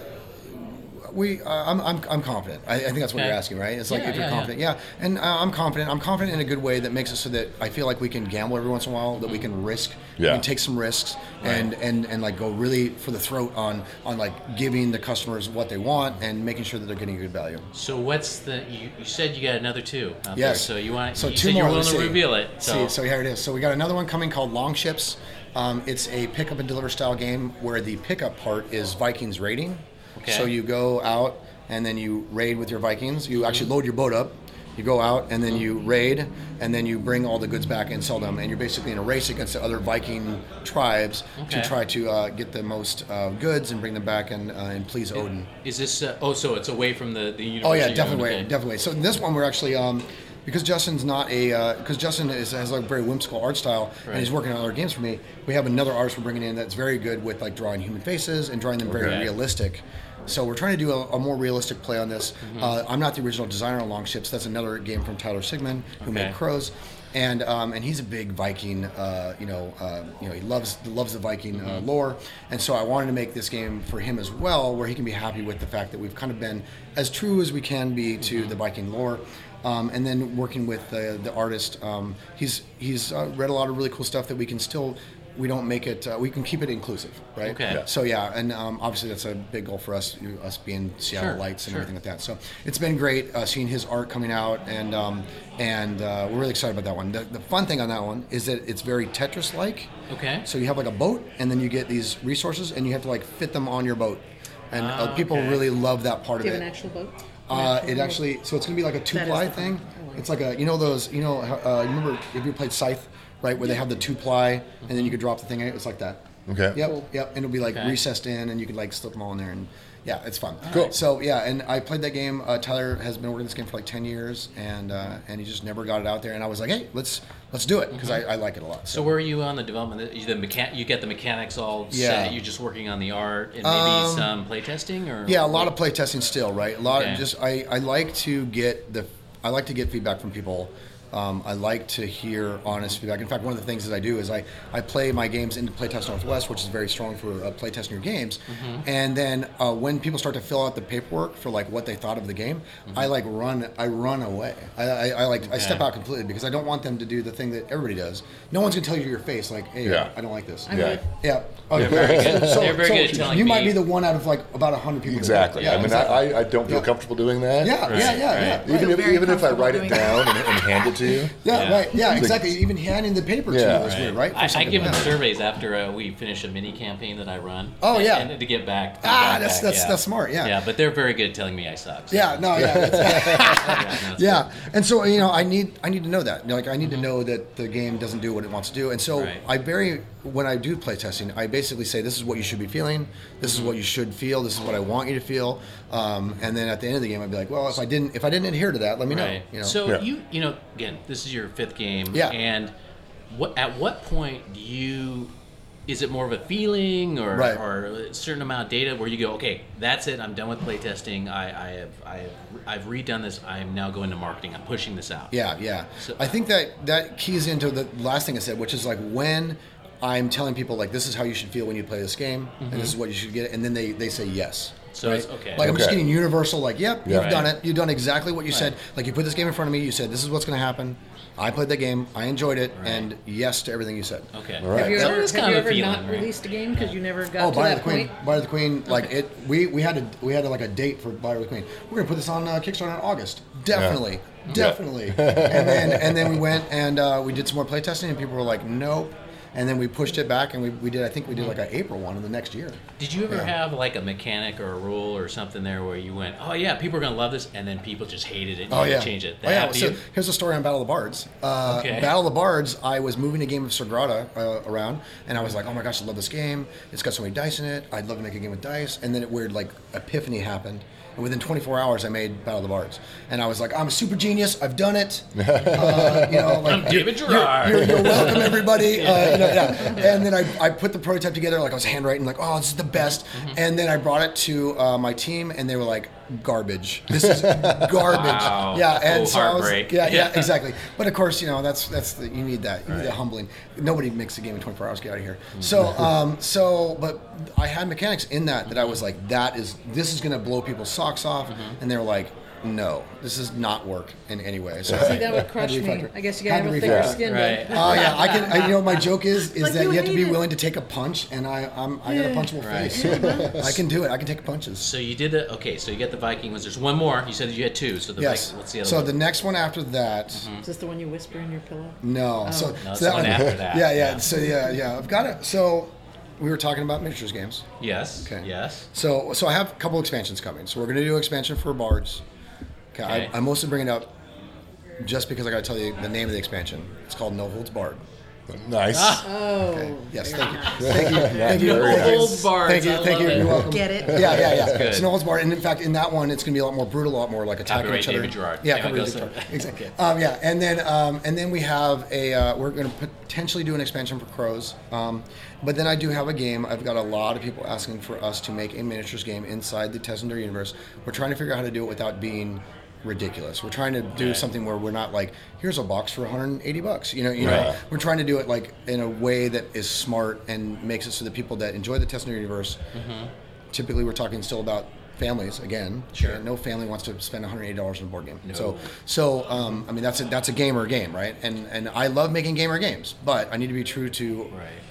we uh, I'm, I'm I'm confident. I, I think that's what you're Okay. asking, right? It's like Yeah, if you're yeah, yeah. confident, yeah. And uh, I'm confident. I'm confident in a good way that makes it so that I feel like we can gamble every once in a while, that we can risk, Yeah. we can take some risks, and and and like go really for the throat on on like giving the customers what they want and making sure that they're getting a good value. So what's the? You, you said you got another two. Out Yes. There, so you want? So you two said more. You're willing let's to see. reveal it. So, See, so here it is. So we got another one coming called Long Ships. Um, it's a pickup and deliver style game where the pickup part is Vikings raiding. Okay. So you go out and then you raid with your Vikings. You Mm-hmm. actually load your boat up. You go out and then you raid and then you bring all the goods back and sell them. And you're basically in a race against the other Viking tribes Okay. to try to uh, get the most uh, goods and bring them back and, uh, and please Odin. is this? Uh, oh, so it's away from the the Oh university. yeah, definitely, Okay. definitely. So in this one, we're actually um, because Justin's not a because Justin is, has like a very whimsical art style, and he's working on other games for me. We have another artist we're bringing in that's very good with like drawing human faces and drawing them very Okay. realistic. So we're trying to do a, a more realistic play on this. Mm-hmm. Uh, I'm not the original designer on Long Ships. That's another game from Tyler Sigmund Okay. who made Crows. And, um, and he's a big Viking, uh, you know, uh, you know he loves loves the Viking Mm-hmm. uh, lore, and so I wanted to make this game for him as well, where he can be happy with the fact that we've kind of been as true as we can be to Mm-hmm. the Viking lore, um, and then working with the, the artist, um, he's he's uh, read a lot of really cool stuff that we can still we don't make it uh, we can keep it inclusive, right? Okay. Yeah. So yeah, and um, obviously that's a big goal for us, you- us being Seattle Sure, Lights and sure. everything like that. So it's been great uh, seeing his art coming out, and um, and uh, we're really excited about that one. The, the fun thing on that one is that it's very Tetris-like. Okay. So you have like a boat, and then you get these resources, and you have to like fit them on your boat, and uh, people really love that part Do you of have it. an actual boat? An Uh, actual it boat? actually, so it's gonna be like a two That ply is the thing. fun. I like It's like a, you know those, you know, uh, you remember if you played Scythe, right, where they have the two ply, and then you could drop the thing. in it? It's like that. Okay. Yep. Yep. And it'll be like Okay. recessed in, and you could like slip them all in there, and yeah, it's fun. Cool. So yeah, and I played that game. Uh, Tyler has been working this game for like ten years, and uh, and he just never got it out there. And I was like, hey, let's let's do it because I, I like it a lot. So where are you on the development? You, the mechan- you get the mechanics all Yeah. Um, set. You're just working on the art and maybe some playtesting, or Yeah, a lot of play testing still, right? A lot Okay. of just I, I like to get the I like to get feedback from people. Um, I like to hear honest feedback. In fact, one of the things that I do is I, I play my games into Playtest Northwest, which is very strong for uh, playtesting your games. Mm-hmm. And then uh, when people start to fill out the paperwork for like what they thought of the game, Mm-hmm. I like run I run away. I, I, I like I step out completely because I don't want them to do the thing that everybody does. No one's gonna tell you to your face like, hey, Yeah. I don't like this. Yeah. Yeah. Okay. Very good. They're very good at telling you might me. be the one out of like about hundred people. Exactly. Yeah, I mean, exactly. I I, I don't feel Yeah. comfortable doing that. yeah, yeah, yeah, yeah. Even Feel if, very even if I write comfortable it doing down and, and hand it to you. Yeah, Yeah. right. Yeah, Like- exactly. Even handing the paper to Yeah. you is weird, right? For I, I something give like them that. surveys after uh, we finish a mini campaign that I run. Oh, and- yeah. and to get back. to Ah, get that's- back, that's- yeah. that's smart, yeah. yeah, but they're very good at telling me I suck. so- Yeah, no, yeah, that's- yeah, no, it's yeah. And so you know, I need I need to know that. Like, I need to know that the game doesn't do what it wants to do. And so Right. I very when I do play testing, I basically say this is what you should be feeling, this is what you should feel, this is what I want you to feel. Um, and then at the end of the game, I'd be like, well, if I didn't if I didn't adhere to that, let me Right. know. You know. So Yeah. you you know again, this is your fifth game. Yeah. And what at what point do you? Is it more of a feeling or, Right. or a certain amount of data where you go, okay, that's it, I'm done with playtesting. I, I have I have, I've redone this. I am now going to marketing. I'm pushing this out. Yeah, yeah. I think that that keys into the last thing I said, which is like when I'm telling people like this is how you should feel when you play this game, and this is what you should get, and then they they say yes. Mm-hmm. So it's okay. Like I'm just Okay. getting universal. Like, yep, you've Right. done it. You've done exactly what you said. Like you put this game in front of me. You said this is what's going to happen. I played the game. I enjoyed it, and yes to everything you said. okay. All right. Have you So ever, it's have kind you of a ever feeling, not right? released a game because you never got Oh, to Buyer that of the Queen. point? Buyer of the Queen. Like it, we we had a we had like a date for Buyer of the Queen. We're gonna put this on uh, Kickstarter in August. Definitely, definitely. and then and then we went and uh, we did some more playtesting, and people were like, nope. And then we pushed it back, and we, we did. I think we did like an April one in the next year. Did you ever have like a mechanic or a rule or something there where you went, oh yeah, people are gonna love this, and then people just hated it? And Oh you had yeah, to change it. Oh, yeah. happened to So you? here's a story on Battle of the Bards. Uh, Okay. Battle of the Bards. I was moving a game of Sagrada uh, around, and I was like, "Oh my gosh, I love this game! It's got so many dice in it. I'd love to make a game with dice." And then it weird like epiphany happened, And within 24 hours, I made Battle of the Bards, and I was like, I'm a super genius. I've done it. Uh, you know, like, David Gerard. you're, you're welcome, everybody. Uh, you know, yeah. And then I, I put the prototype together, like I was handwriting, like, oh, this is the best. Mm-hmm. And then I brought it to uh, my team, and they were like, garbage. This is garbage. Wow. Yeah, and Oh, so I was- heartbreak. yeah, yeah, Yeah. exactly. But of course, you know, that's that's the, you need that. You need the humbling. Nobody makes a game in 24 hours. Get out of here. Mm-hmm. So, um, so, but I had mechanics in that that I was like, that is this is going to blow people's socks off, Mm-hmm. and they were like. No, this is not work in any way. So See, that would crush Had to me. refactor. I guess you Had gotta to have a thicker refactor. skin. Right. then. Oh yeah, I can. I, you know, my joke is is Like, that you you have to be hate it. willing to take a punch, and I I'm, I got a punchable face. I can do it. I can take punches. So you did the okay. So you got the Viking ones. There's one more. You said you had two. So the Yes. Viking, what's the other so one? Mm-hmm. the next one after that, Is this the one you whisper in your pillow? no. Oh. So, No, it's so the one after that. Yeah, yeah. Yeah. So yeah, yeah. I've got it. So we were talking about miniatures games. yes. Okay. Yes. So so I have a couple expansions coming. So we're gonna do expansion for Bards. Okay. Okay. I, I mostly bring it up just because I gotta tell you the name of the expansion. It's called No Holds Barred. Nice. Ah. Oh. Yes. Thank you. Thank you. Thank you. very Thank you. Old bards, Thank you. I Thank love you. it. You're welcome. Get it? Yeah, yeah, yeah. Good. It's an Olds bar, and in fact, in that one, it's going to be a lot more brutal, a lot more like attacking Copyright each other. David Gerard. Yeah, Yeah, copyright go David for it. Gerard. Exactly. Um, yeah, and then um, and then we have a uh, we're going to potentially do an expansion for Crows, um, but then I do have a game. I've got a lot of people asking for us to make a miniatures game inside the Tessender universe. We're trying to figure out how to do it without being ridiculous. We're trying to do something where we're not like here's a box for 180 bucks. You know, you know, Right. we're trying to do it like in a way that is smart and makes it so that people that enjoy the Tessender universe Mm-hmm. typically we're talking still about families again. Sure. no family wants to spend $180 on a board game. So, so um, I mean that's a that's a gamer game, right? And and I love making gamer games, but I need to be true to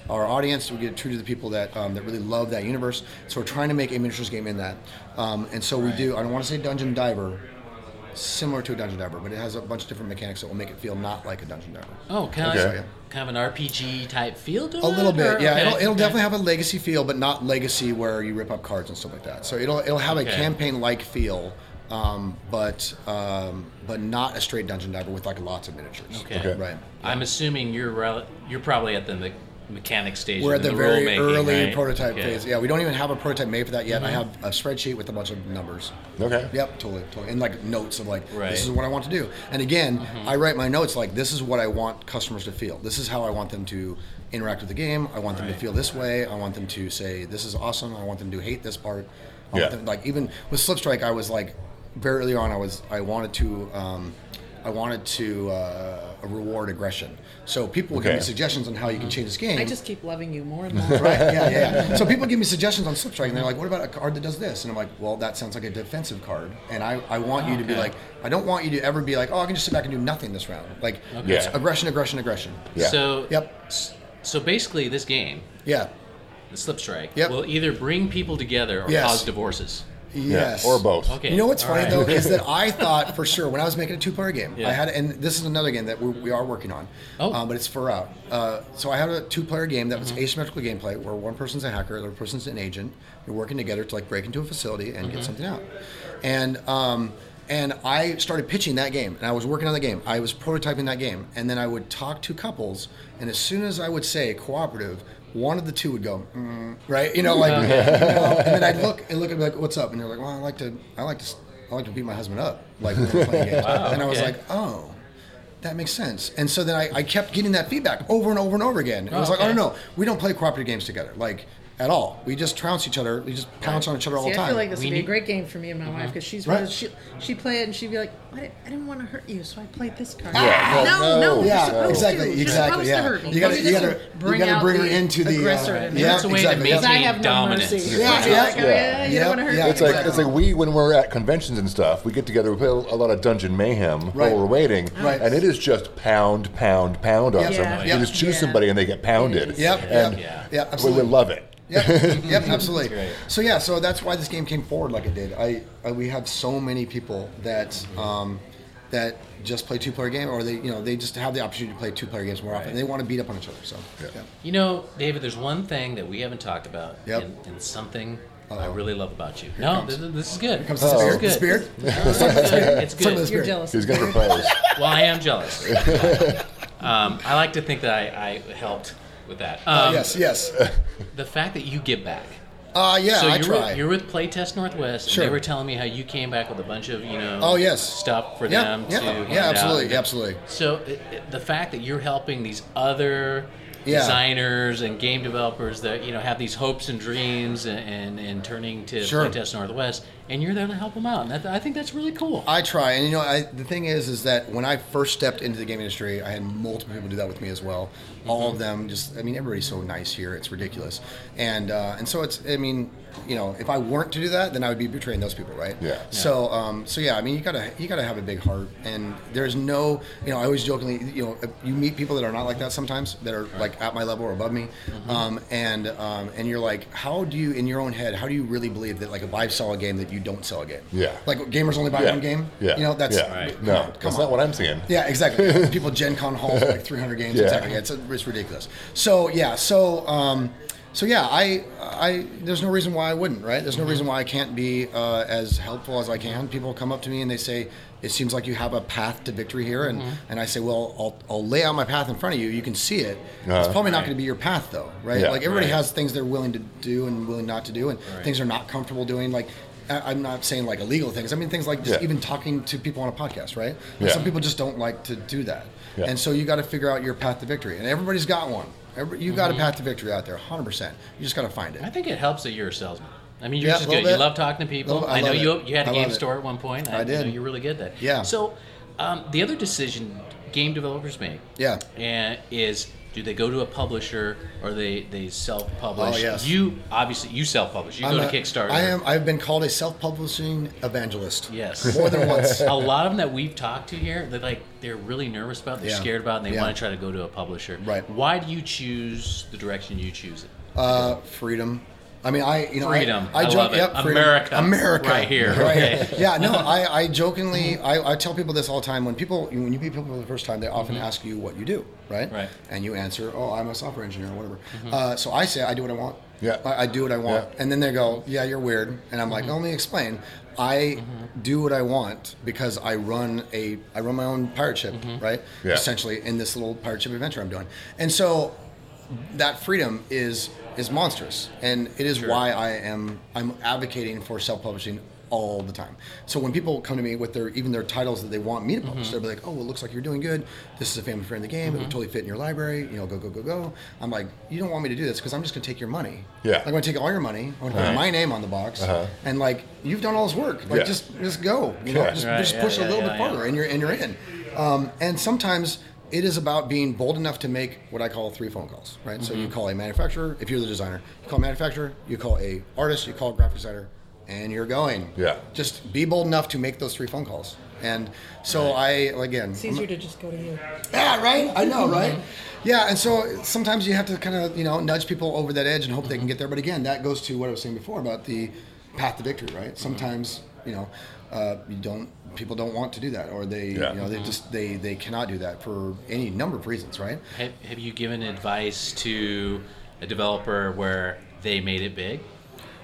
our audience. We get true to the people that um, that really love that universe. So we're trying to make a miniatures game in that. Um, and so we do. I don't want to say dungeon diver. Similar to a dungeon diver, but it has a bunch of different mechanics that will make it feel not like a dungeon diver. Oh, kind Okay. of like, kind of an RPG type feel to it. A little bit, or- yeah. okay, It'll, it'll okay. definitely have a legacy feel, but not legacy where you rip up cards and stuff like that. So it'll it'll have Okay. a campaign-like feel, um, but um, but not a straight dungeon diver with like lots of miniatures. Okay. Okay. right. I'm assuming you're rel- you're probably at the me- mechanic stage. We're at and the, the very role-making, early right? prototype Okay. Mm-hmm. phase. Yeah, we don't even have a prototype made for that yet. I have a spreadsheet with a bunch of numbers. Okay. Yep, totally, totally. And like notes of like, Right. this is what I want to do. And again, Mm-hmm. I write my notes like, this is what I want customers to feel. This is how I want them to interact with the game. I want them to feel this way. I want them to say, this is awesome. I want them to hate this part. I Yeah. want them, like even with Slipstrike, I was like, very early on, I was, I wanted to, um, I wanted to uh, reward aggression. So people will give me Okay. Mm-hmm. suggestions on how you can change this game. I just keep loving you more and more. Right? Yeah, yeah, yeah. So people give me suggestions on Slipstrike, and they're like, "What about a card that does this?" And I'm like, "Well, that sounds like a defensive card." And I, I want you to be like, I don't want you to ever be like, "Oh, I can just sit back and do nothing this round." Like, it's Yeah. aggression, aggression, aggression. Yeah. So Yep. s- So basically, this game, Yeah. the Slip Strike, Yep. will either bring people together or Yes. cause divorces. Yes. Or both. Okay. You know what's all funny right. though is that I thought for sure when I was making a two-player game, Yeah. I had, and this is another game that we, we are working on, Oh. um, but it's far out. Uh, so I had a two-player game that was asymmetrical gameplay where one person's a hacker, the other person's an agent. You're working together to like break into a facility and get something out, and. Um, and I started pitching that game, and I was working on the game. I was prototyping that game, and then I would talk to couples, and as soon as I would say cooperative, one of the two would go, mm, right? You know, like, you know, and then I'd look and look and be like, "What's up?" And they're like, "Well, I like to, I like to, s- I like to beat my husband up." Like, when we're playing games. and I was okay. like, "Oh." That makes sense. And so then I, I kept getting that feedback over and over and over again. It was like, okay. oh no, no, we don't play cooperative games together, like at all. We just trounce each other. We just pounce on each other all See, the I time. feel like this would be a need- great game for me and my wife because she's Mm-hmm. Right. one of- she she play it and she'd be like, I didn't, I didn't want to hurt you, so I played this card. Yeah, no, no, no, no. you're Yeah, supposed exactly, to. You're exactly, supposed yeah. to hurt me. You gotta- You're you just gotta- to you bring gotta out bring her the into the, uh, aggressor in me. yeah, That's a way that exactly. makes Because I me have no dominant. mercy. Yeah, Yeah, yeah, yeah, yeah, you don't wanna hurt yeah. me, It's like but- it's like we when we're at conventions and stuff, we get together, we play a lot of Dungeon Mayhem Right. while we're waiting, Right. and it is just pound, pound, pound on Yeah. somebody. Yeah. You just choose Yeah. somebody and they get pounded. Yep, And yep, Yeah. yeah, we absolutely. would love it. Yep, yep, absolutely. So yeah, so that's why this game came forward like it did. I, I we have so many people that um, that just play two player game, or they you know they just have the opportunity to play two player games more often. They want to beat up on each other. So yeah. You know, David, there's one thing that we haven't talked about, Yep. and, and something I really love about you. no, comes- th- this is good. comes this the is spirit. good. The spirit. It's Some of the good. You're spirit. jealous. He's gonna propose. Well, I am jealous. um, I Oh, like to think that I, I helped with that. Um, yes, yes. The fact that you give back. Uh, yeah, so I you're, try. With, you're with Playtest Northwest. Sure. And they were telling me how you came back with a bunch of you know. Oh, yes. Stuff for yeah, them yeah, to. hand yeah, out. absolutely, absolutely. So it, it- the fact that you're helping these other Yeah. designers and game developers that you know have these hopes and dreams and and, and turning to Sure. Playtest Northwest, and you're there to help them out. And that, I think that's really cool. I try, and you know, I, the thing is, is that when I first stepped into the game industry, I had multiple people do that with me as well. Mm-hmm. All of them, just I mean, everybody's so nice here; it's ridiculous. And uh, and so it's, I mean, you know, if I weren't to do that, then I would be betraying those people, right? Yeah. So um, so yeah, I mean, you gotta you gotta have a big heart, and there's no, you know, I always jokingly, you know, uh, you meet people that are not like that sometimes, that are like at my level or above me, Mm-hmm. um, and um, and you're like, how do you in your own head, how do you really believe that like if I sell a game that you don't sell a game? Yeah. Like gamers only buy yeah. one game. Yeah. You know, that's yeah. come no. on, come that's on. not what I'm seeing. Yeah, exactly. People Gen Con halls with like 300 games. Yeah. Exactly. It's, it's ridiculous. So yeah, so um, so yeah, I I there's no reason why I wouldn't, right? There's no Mm-hmm. reason why I can't be uh, as helpful as I can. People come up to me and they say, "It seems like you have a path to victory here," and Mm-hmm. and I say, "Well, I'll, I'll lay out my path in front of you. You can see it. It's Uh-huh. probably not going to be your path though, right? Yeah. like everybody Right. has things they're willing to do and willing not to do, and things they're not comfortable doing, like. I- I'm not saying like illegal things. I mean things like just Yeah. even talking to people on a podcast, right? Like, Yeah. Some people just don't like to do that, Yeah. and so you got to figure out your path to victory. And everybody's got one. Every, you got a path to victory out there, 100. percent You just got to find it. Mm-hmm. I think it helps that you're a salesman. I mean, you're Yeah, just a good. little You bit. love talking to people. Little- I, I know love you. it. You had a I game love it. store at one point. I You know, did. you're really good at that. Yeah. So, um, the other decision game developers make. Yeah. And is do they go to a publisher or they they self-publish? Oh, yes. You obviously you self-publish. You I'm go a- to Kickstarter. I am. I've been called a self-publishing evangelist. Yes. More than once. a lot of them that we've talked to here, they're like they're really nervous about, they're Yeah. scared about, and they Yeah. want to try to go to a publisher. Right. Why do you choose the direction you choose it? Uh, freedom. I mean, I you know Freedom. I, I I, joke. love it. Yep, freedom. America. America, Right here. Right here. Okay. Yeah, no, I, I jokingly I, I tell people this all the time. When people when you meet people for the first time, they often ask you what you do, right? Mm-hmm. Right. Mm-hmm. And you answer, oh, I'm a software engineer or whatever. Uh, so I say I do what I want. Yeah. I, I do what I want, Yeah. and then they go, yeah, you're weird, and I'm like, Mm-hmm. let me explain. I do what I want because I run a I run my own pirate ship, Mm-hmm. right? Yeah. Essentially, in this little pirate ship adventure I'm doing, and so that freedom is is monstrous and it is why i am i'm advocating for self-publishing all the time so when people come to me with their even their titles that they want me to publish Mm-hmm. they'll be like oh well, it looks like you're doing good this is a family friendly game it would totally fit in your library you know go go go go i'm like you don't want me to do this because i'm just going to take your money Yeah. i'm going to take all your money i'm going to put Right. Uh-huh. my name on the box and like you've done all this work like Yeah. just just go you know Yeah. just, Right, just yeah, push yeah, a little yeah, bit yeah. farther and you're and you're in. Um, and sometimes it is about being bold enough to make what I call three phone calls, right? So you call a manufacturer if you're the designer, you call a manufacturer, you call a artist, you call a graphic designer, and you're going. Yeah. Just be bold enough to make those three phone calls. And so I again, It's easier to just go to you. yeah, right. I know, right? Yeah, and so sometimes you have to kind of you know nudge people over that edge and hope they can get there. But again, that goes to what I was saying before about the path to victory, right? Sometimes you know uh, you don't people don't want to do that, or they Yeah. you know they just they they cannot do that for any number of reasons, right? Have, have you given advice to a developer where they made it big?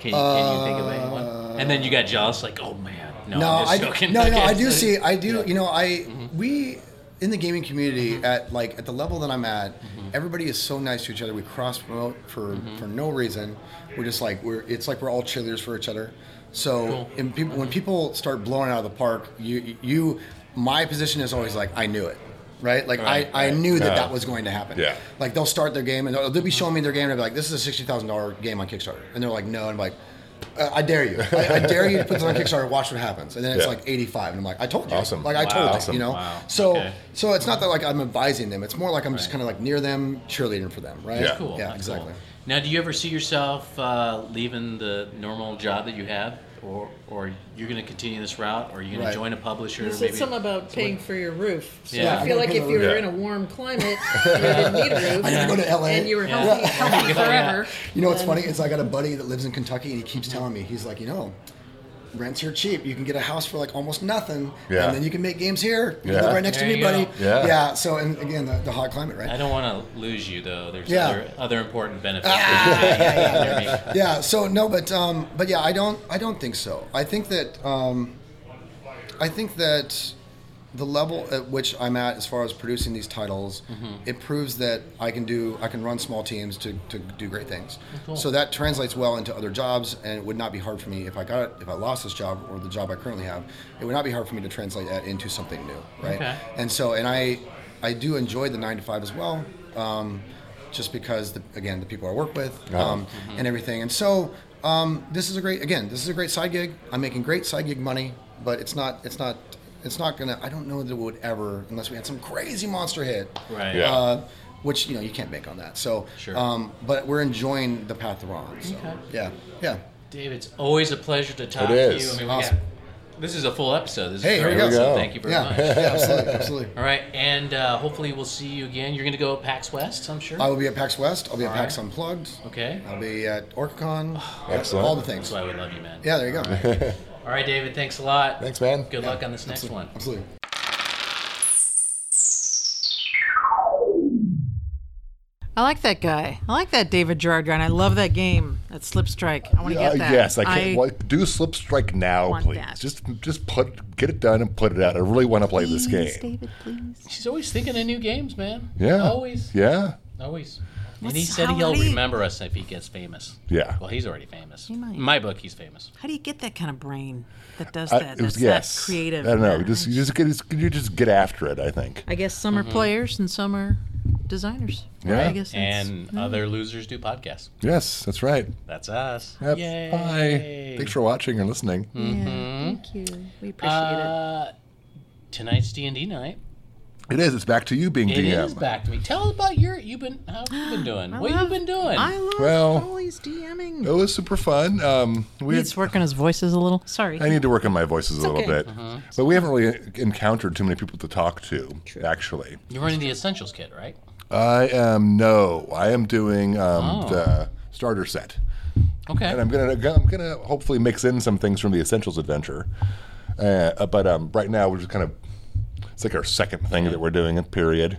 Can you, can you think of anyone? And then you got jealous, like, oh man, no, Uh, no, I'm just I joking. Mm-hmm. no, no, Okay. I do see, I do, you know, I we in the gaming community Mm-hmm. at like at the level that I'm at, everybody is so nice to each other. We cross promote for Mm-hmm. for no reason. We're just like we're it's like we're all cheerleaders for each other. So and people Mm-hmm. when people start blowing out of the park, you you my position is always like I knew it. Right, like Right, I, I right. knew that Yeah. that was going to happen. Yeah. like they'll start their game and they'll, they'll be showing me their game and I'll be like, "This is a sixty thousand dollar game on Kickstarter," and they're like, "No," and I'm like, "Uh, "I dare you, I, I dare you to put this on Kickstarter and watch what happens." And then it's Yeah. like 85 and i'm like i told you Awesome. like i Wow. told you Awesome. you know Wow. so Okay. so it's not that like i'm advising them it's more like i'm just kind of like near them cheerleading for them right Yeah. Cool. yeah that's exactly cool. Now, do you ever see yourself uh, leaving the normal job that you have, or or you're going to continue this route, or you're going Right. to join a publisher? You or said maybe- something about paying for your roof. So Yeah. I feel like if you were Yeah. in a warm climate, you didn't need a roof. I gotta go to LA. And you were Yeah. healthy, healthy Yeah. forever. you know what's funny is i got a buddy that lives in kentucky and he keeps telling me he's like you know rents here cheap you can get a house for like almost nothing Yeah. and then you can make games here You Yeah. live right next There you to me go. buddy Yeah. yeah so and again the, the hot climate right I don't want to lose you though. There's Yeah. Ah, other, other important benefits. yeah, yeah, yeah. yeah so no but um but yeah i don't i don't think so i think that um i think that the level at which I'm at as far as producing these titles, it proves that I can do I can run small teams to, to do great things. So that translates well into other jobs, and it would not be hard for me if I got if I lost this job or the job I currently have, it would not be hard for me to translate that into something new, right? Okay. And so and I I do enjoy the nine to five as well. Um, just because the, again the people I work with um, Mm-hmm. and everything. And so um, this is a great again this is a great side gig. I'm making great side gig money, but it's not it's not it's not gonna. I don't know that it would ever unless we had some crazy monster hit. Right. Yeah. Uh, which you know you can't make on that. So, Sure. um, but we're enjoying the path we're on. So, Okay. yeah, yeah. Dave, it's always a pleasure to talk to you. is. I mean, Awesome. we got, this is a full episode. This Hey, is here very we go. awesome. Here we go. Thank you very yeah, much. yeah, absolutely, absolutely. All right, and uh, hopefully we'll see you again. You're going to go at PAX West, I'm sure. I will be at PAX West. I'll be at All right. PAX Unplugged. okay. I'll be at OrcaCon. Excellent. All the That's things. why we love you, man. Yeah, there you go. All right, David, thanks a lot. Thanks, man. Good luck on this next one. absolutely. I like that guy. I like that David Gerard guy, and I love that game. That Slip Strike. I want to get Uh, that. yes, I can't. well, do slip strike now, want please. that. Just, just put, get it done and put it out. I really want to play this game. She's always thinking of new games, man. Yeah. Always. Yeah. Always. and he What's- said how he'll do you- remember us if he gets famous. Yeah. Well, he's already famous. might. In my book, he's famous. How do you get that kind of brain that does I- that? it was That's yes. that creative. I don't know. Yeah. Just, you just get, you just get after it. I think. I guess some are Mm-hmm. players and some are designers. Yeah. I guess that's, And other losers do podcasts. Yes, that's right. That's us. Yep. Yay. Bye. Thanks for watching and listening. Thank you. We appreciate it. mm-hmm. Uh, tonight's D and D night. It is. It's back to you being It is DM. back to me. Tell us about your. You've been. How have you been doing? what have you been doing? I love Well- always DMing. It was super fun. Um, we had, Needs work on his voices a little. Sorry. I need to work on my voices a little okay. bit, Uh-huh. but we haven't really encountered too many people to talk to. Actually, You're running the essentials kit, right? I am no. I am doing um, Oh. the starter set. Okay. and I'm gonna I'm gonna hopefully mix in some things from the Essentials Adventure. Uh, but um, right now we're just kind of it's like our second thing that we're doing. Period.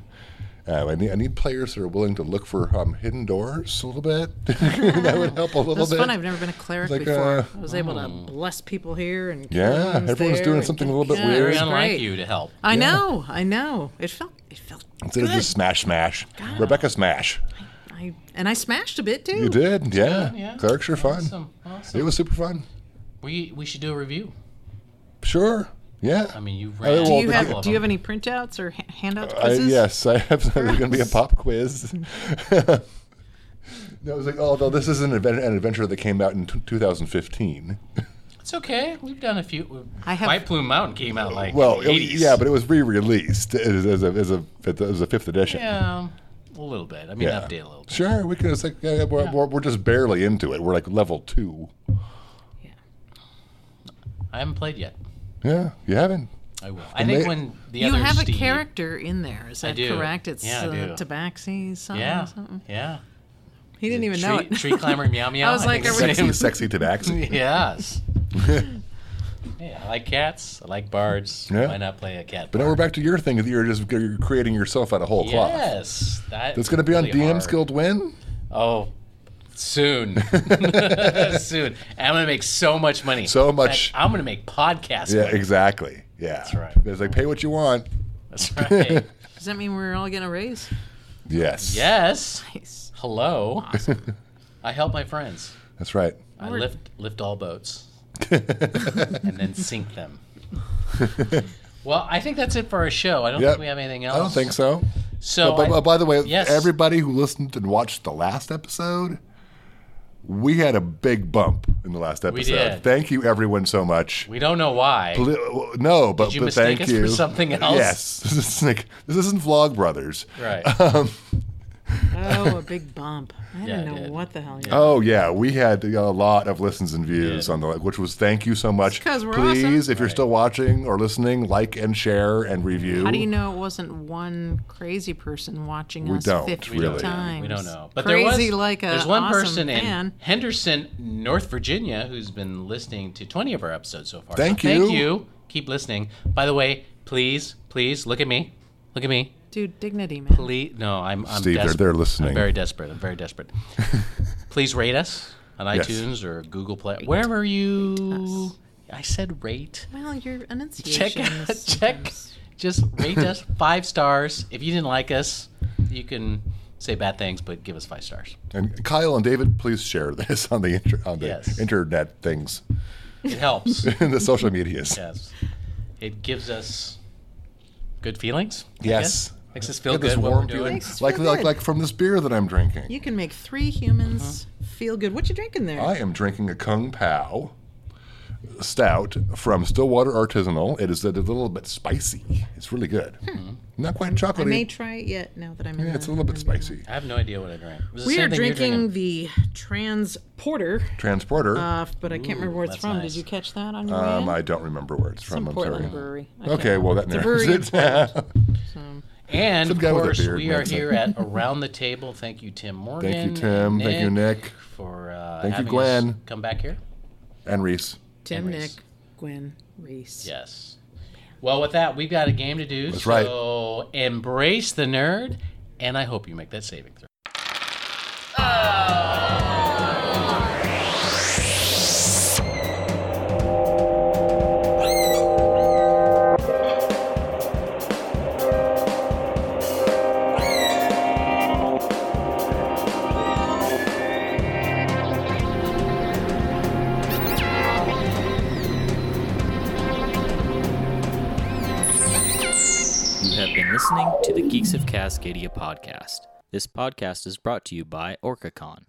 Uh, I need I need players that are willing to look for um, hidden doors a little bit. that would help a little That's bit. fun. I've never been a cleric Like, before. uh, I was able to Mm. bless people here and Yeah, cleanse everyone's there doing and- something a little bit Yeah, weird. it Very was unlike great. you to help. I know. I know. It felt. It felt. Instead of good. just smash smash, Rebecca smash. I and I smashed a bit too. You did, yeah. yeah. Clerics are fun. Awesome. Awesome. It was super fun. we we should do a review. Sure. Yeah. I mean, you will. ran. Do Well, you the- have Do you have any printouts or ha- handouts? I, quizzes? yes, I have. There's going to be a pop quiz. no, I was like, although this is an, advent, an adventure that came out in t- 2015. It's okay. We've done a few. I have- White Plume Mountain came out like Well, it, 80s. yeah, but it was re-released as, as, a, as, a, fifth- as a fifth edition. yeah, a little bit. I mean, Yeah. update a little bit. Sure, we can. It's like, yeah, we're, We're, we're just barely into it. We're like level two. I haven't played yet. Yeah, you haven't. I will. I think they- when the You other have Steve- a character in there. Is that do. correct? It's Yeah, I uh, do. Tabaxi something. Yeah, or Uh-huh, something. yeah. He didn't even tree, know it. tree climber meow meow. I was like, think are we- it's the Sexy, sexy tabaxi. same. yes. yeah, I like cats. I like bards. Yeah. Why not play a cat? But now we're back to your thing. that You're just you're creating yourself out of whole cloth. yes, that That's going to be on really DM's hard. Guild Win. Oh, soon, soon. And I'm gonna make so much money. So In fact, much. I'm gonna make podcast. Yeah, money. exactly. Yeah, that's right. It's like pay what you want. That's right. Does that mean we're all getting a raise? Yes. yes. Nice. Hello. I help my friends. That's right. I lift lift all boats and then sink them. well, I think that's it for our show. I don't Yep. think we have anything else. I don't think so. So, but, I- but by the way, yes. everybody who listened and watched the last episode, we had a big bump in the last episode. did. Thank you, everyone, so much. we don't know why. Li- No, but, you but mistake thank us you. for something else? Yes, It's like, this isn't Vlog Brothers. Um, Right. Oh, a big bump. I Yeah, don't it know did. what the hell. You Oh yeah, we had a lot of listens and views on the which was thank you so much. 'cause we're Please, awesome. if you're still watching or listening, like and share and review. How do you know it wasn't one crazy person watching We us don't, 50 really. We don't times? We don't know. But crazy there was, like a there's one awesome person fan. in Henderson, North Virginia, who's been listening to 20 of our episodes so far. Thank So you. Thank you. Keep listening. By the way, please, please look at me. Look at me. Dude, dignity, man. Please. No, I'm. I'm Steve, they're- desperate. they're listening. I'm very desperate. I'm very desperate. please rate us on Yes. iTunes or Google Play, wherever you. I said rate. Well, your Check enunciation. out. is Check. sometimes- Just rate us five stars. If you didn't like us, you can say bad things, but give us five stars. And Kyle and David, please share this on the inter- on the Yes. internet things, It helps. in the social medias. yes. It gives us good feelings. I Yes. guess. Makes us feel Get good. this what warm we're doing. feeling, Makes us like feel like good. like from this beer that I'm drinking. You can make three humans feel good. What you drinking there? Uh-huh. I am drinking a Kung Pao stout from Stillwater Artisanal. It is a little bit spicy. It's really good. Hmm. Not quite I may chocolatey. try it yet. Now that I'm in. Yeah, the- it's a little bit spicy. I have no idea what I drank. It was the We same are thing you're drinking the transporter, Transporter. uh, but I can't remember where it's that's from. nice. Did you catch that on your um, way? in? I don't remember where it's from. Some I'm Portland sorry. brewery. I can't Okay, well that remember. narrows It's a it. brewery. And Some of guy with a course, beard we makes are it. here at around the table. Thank you, Tim Morgan. Thank you, Tim. Thank you, Nick. for uh, Thank you, having us Gwen. come back here. And Reese. Tim, Nick, Reese. Gwen, Reese. Yes. Well, with that, we've got a game to do. That's right. so embrace the nerd, and I hope you make that saving throw. You have been listening to the Geeks of Cascadia podcast. This podcast is brought to you by OrcaCon.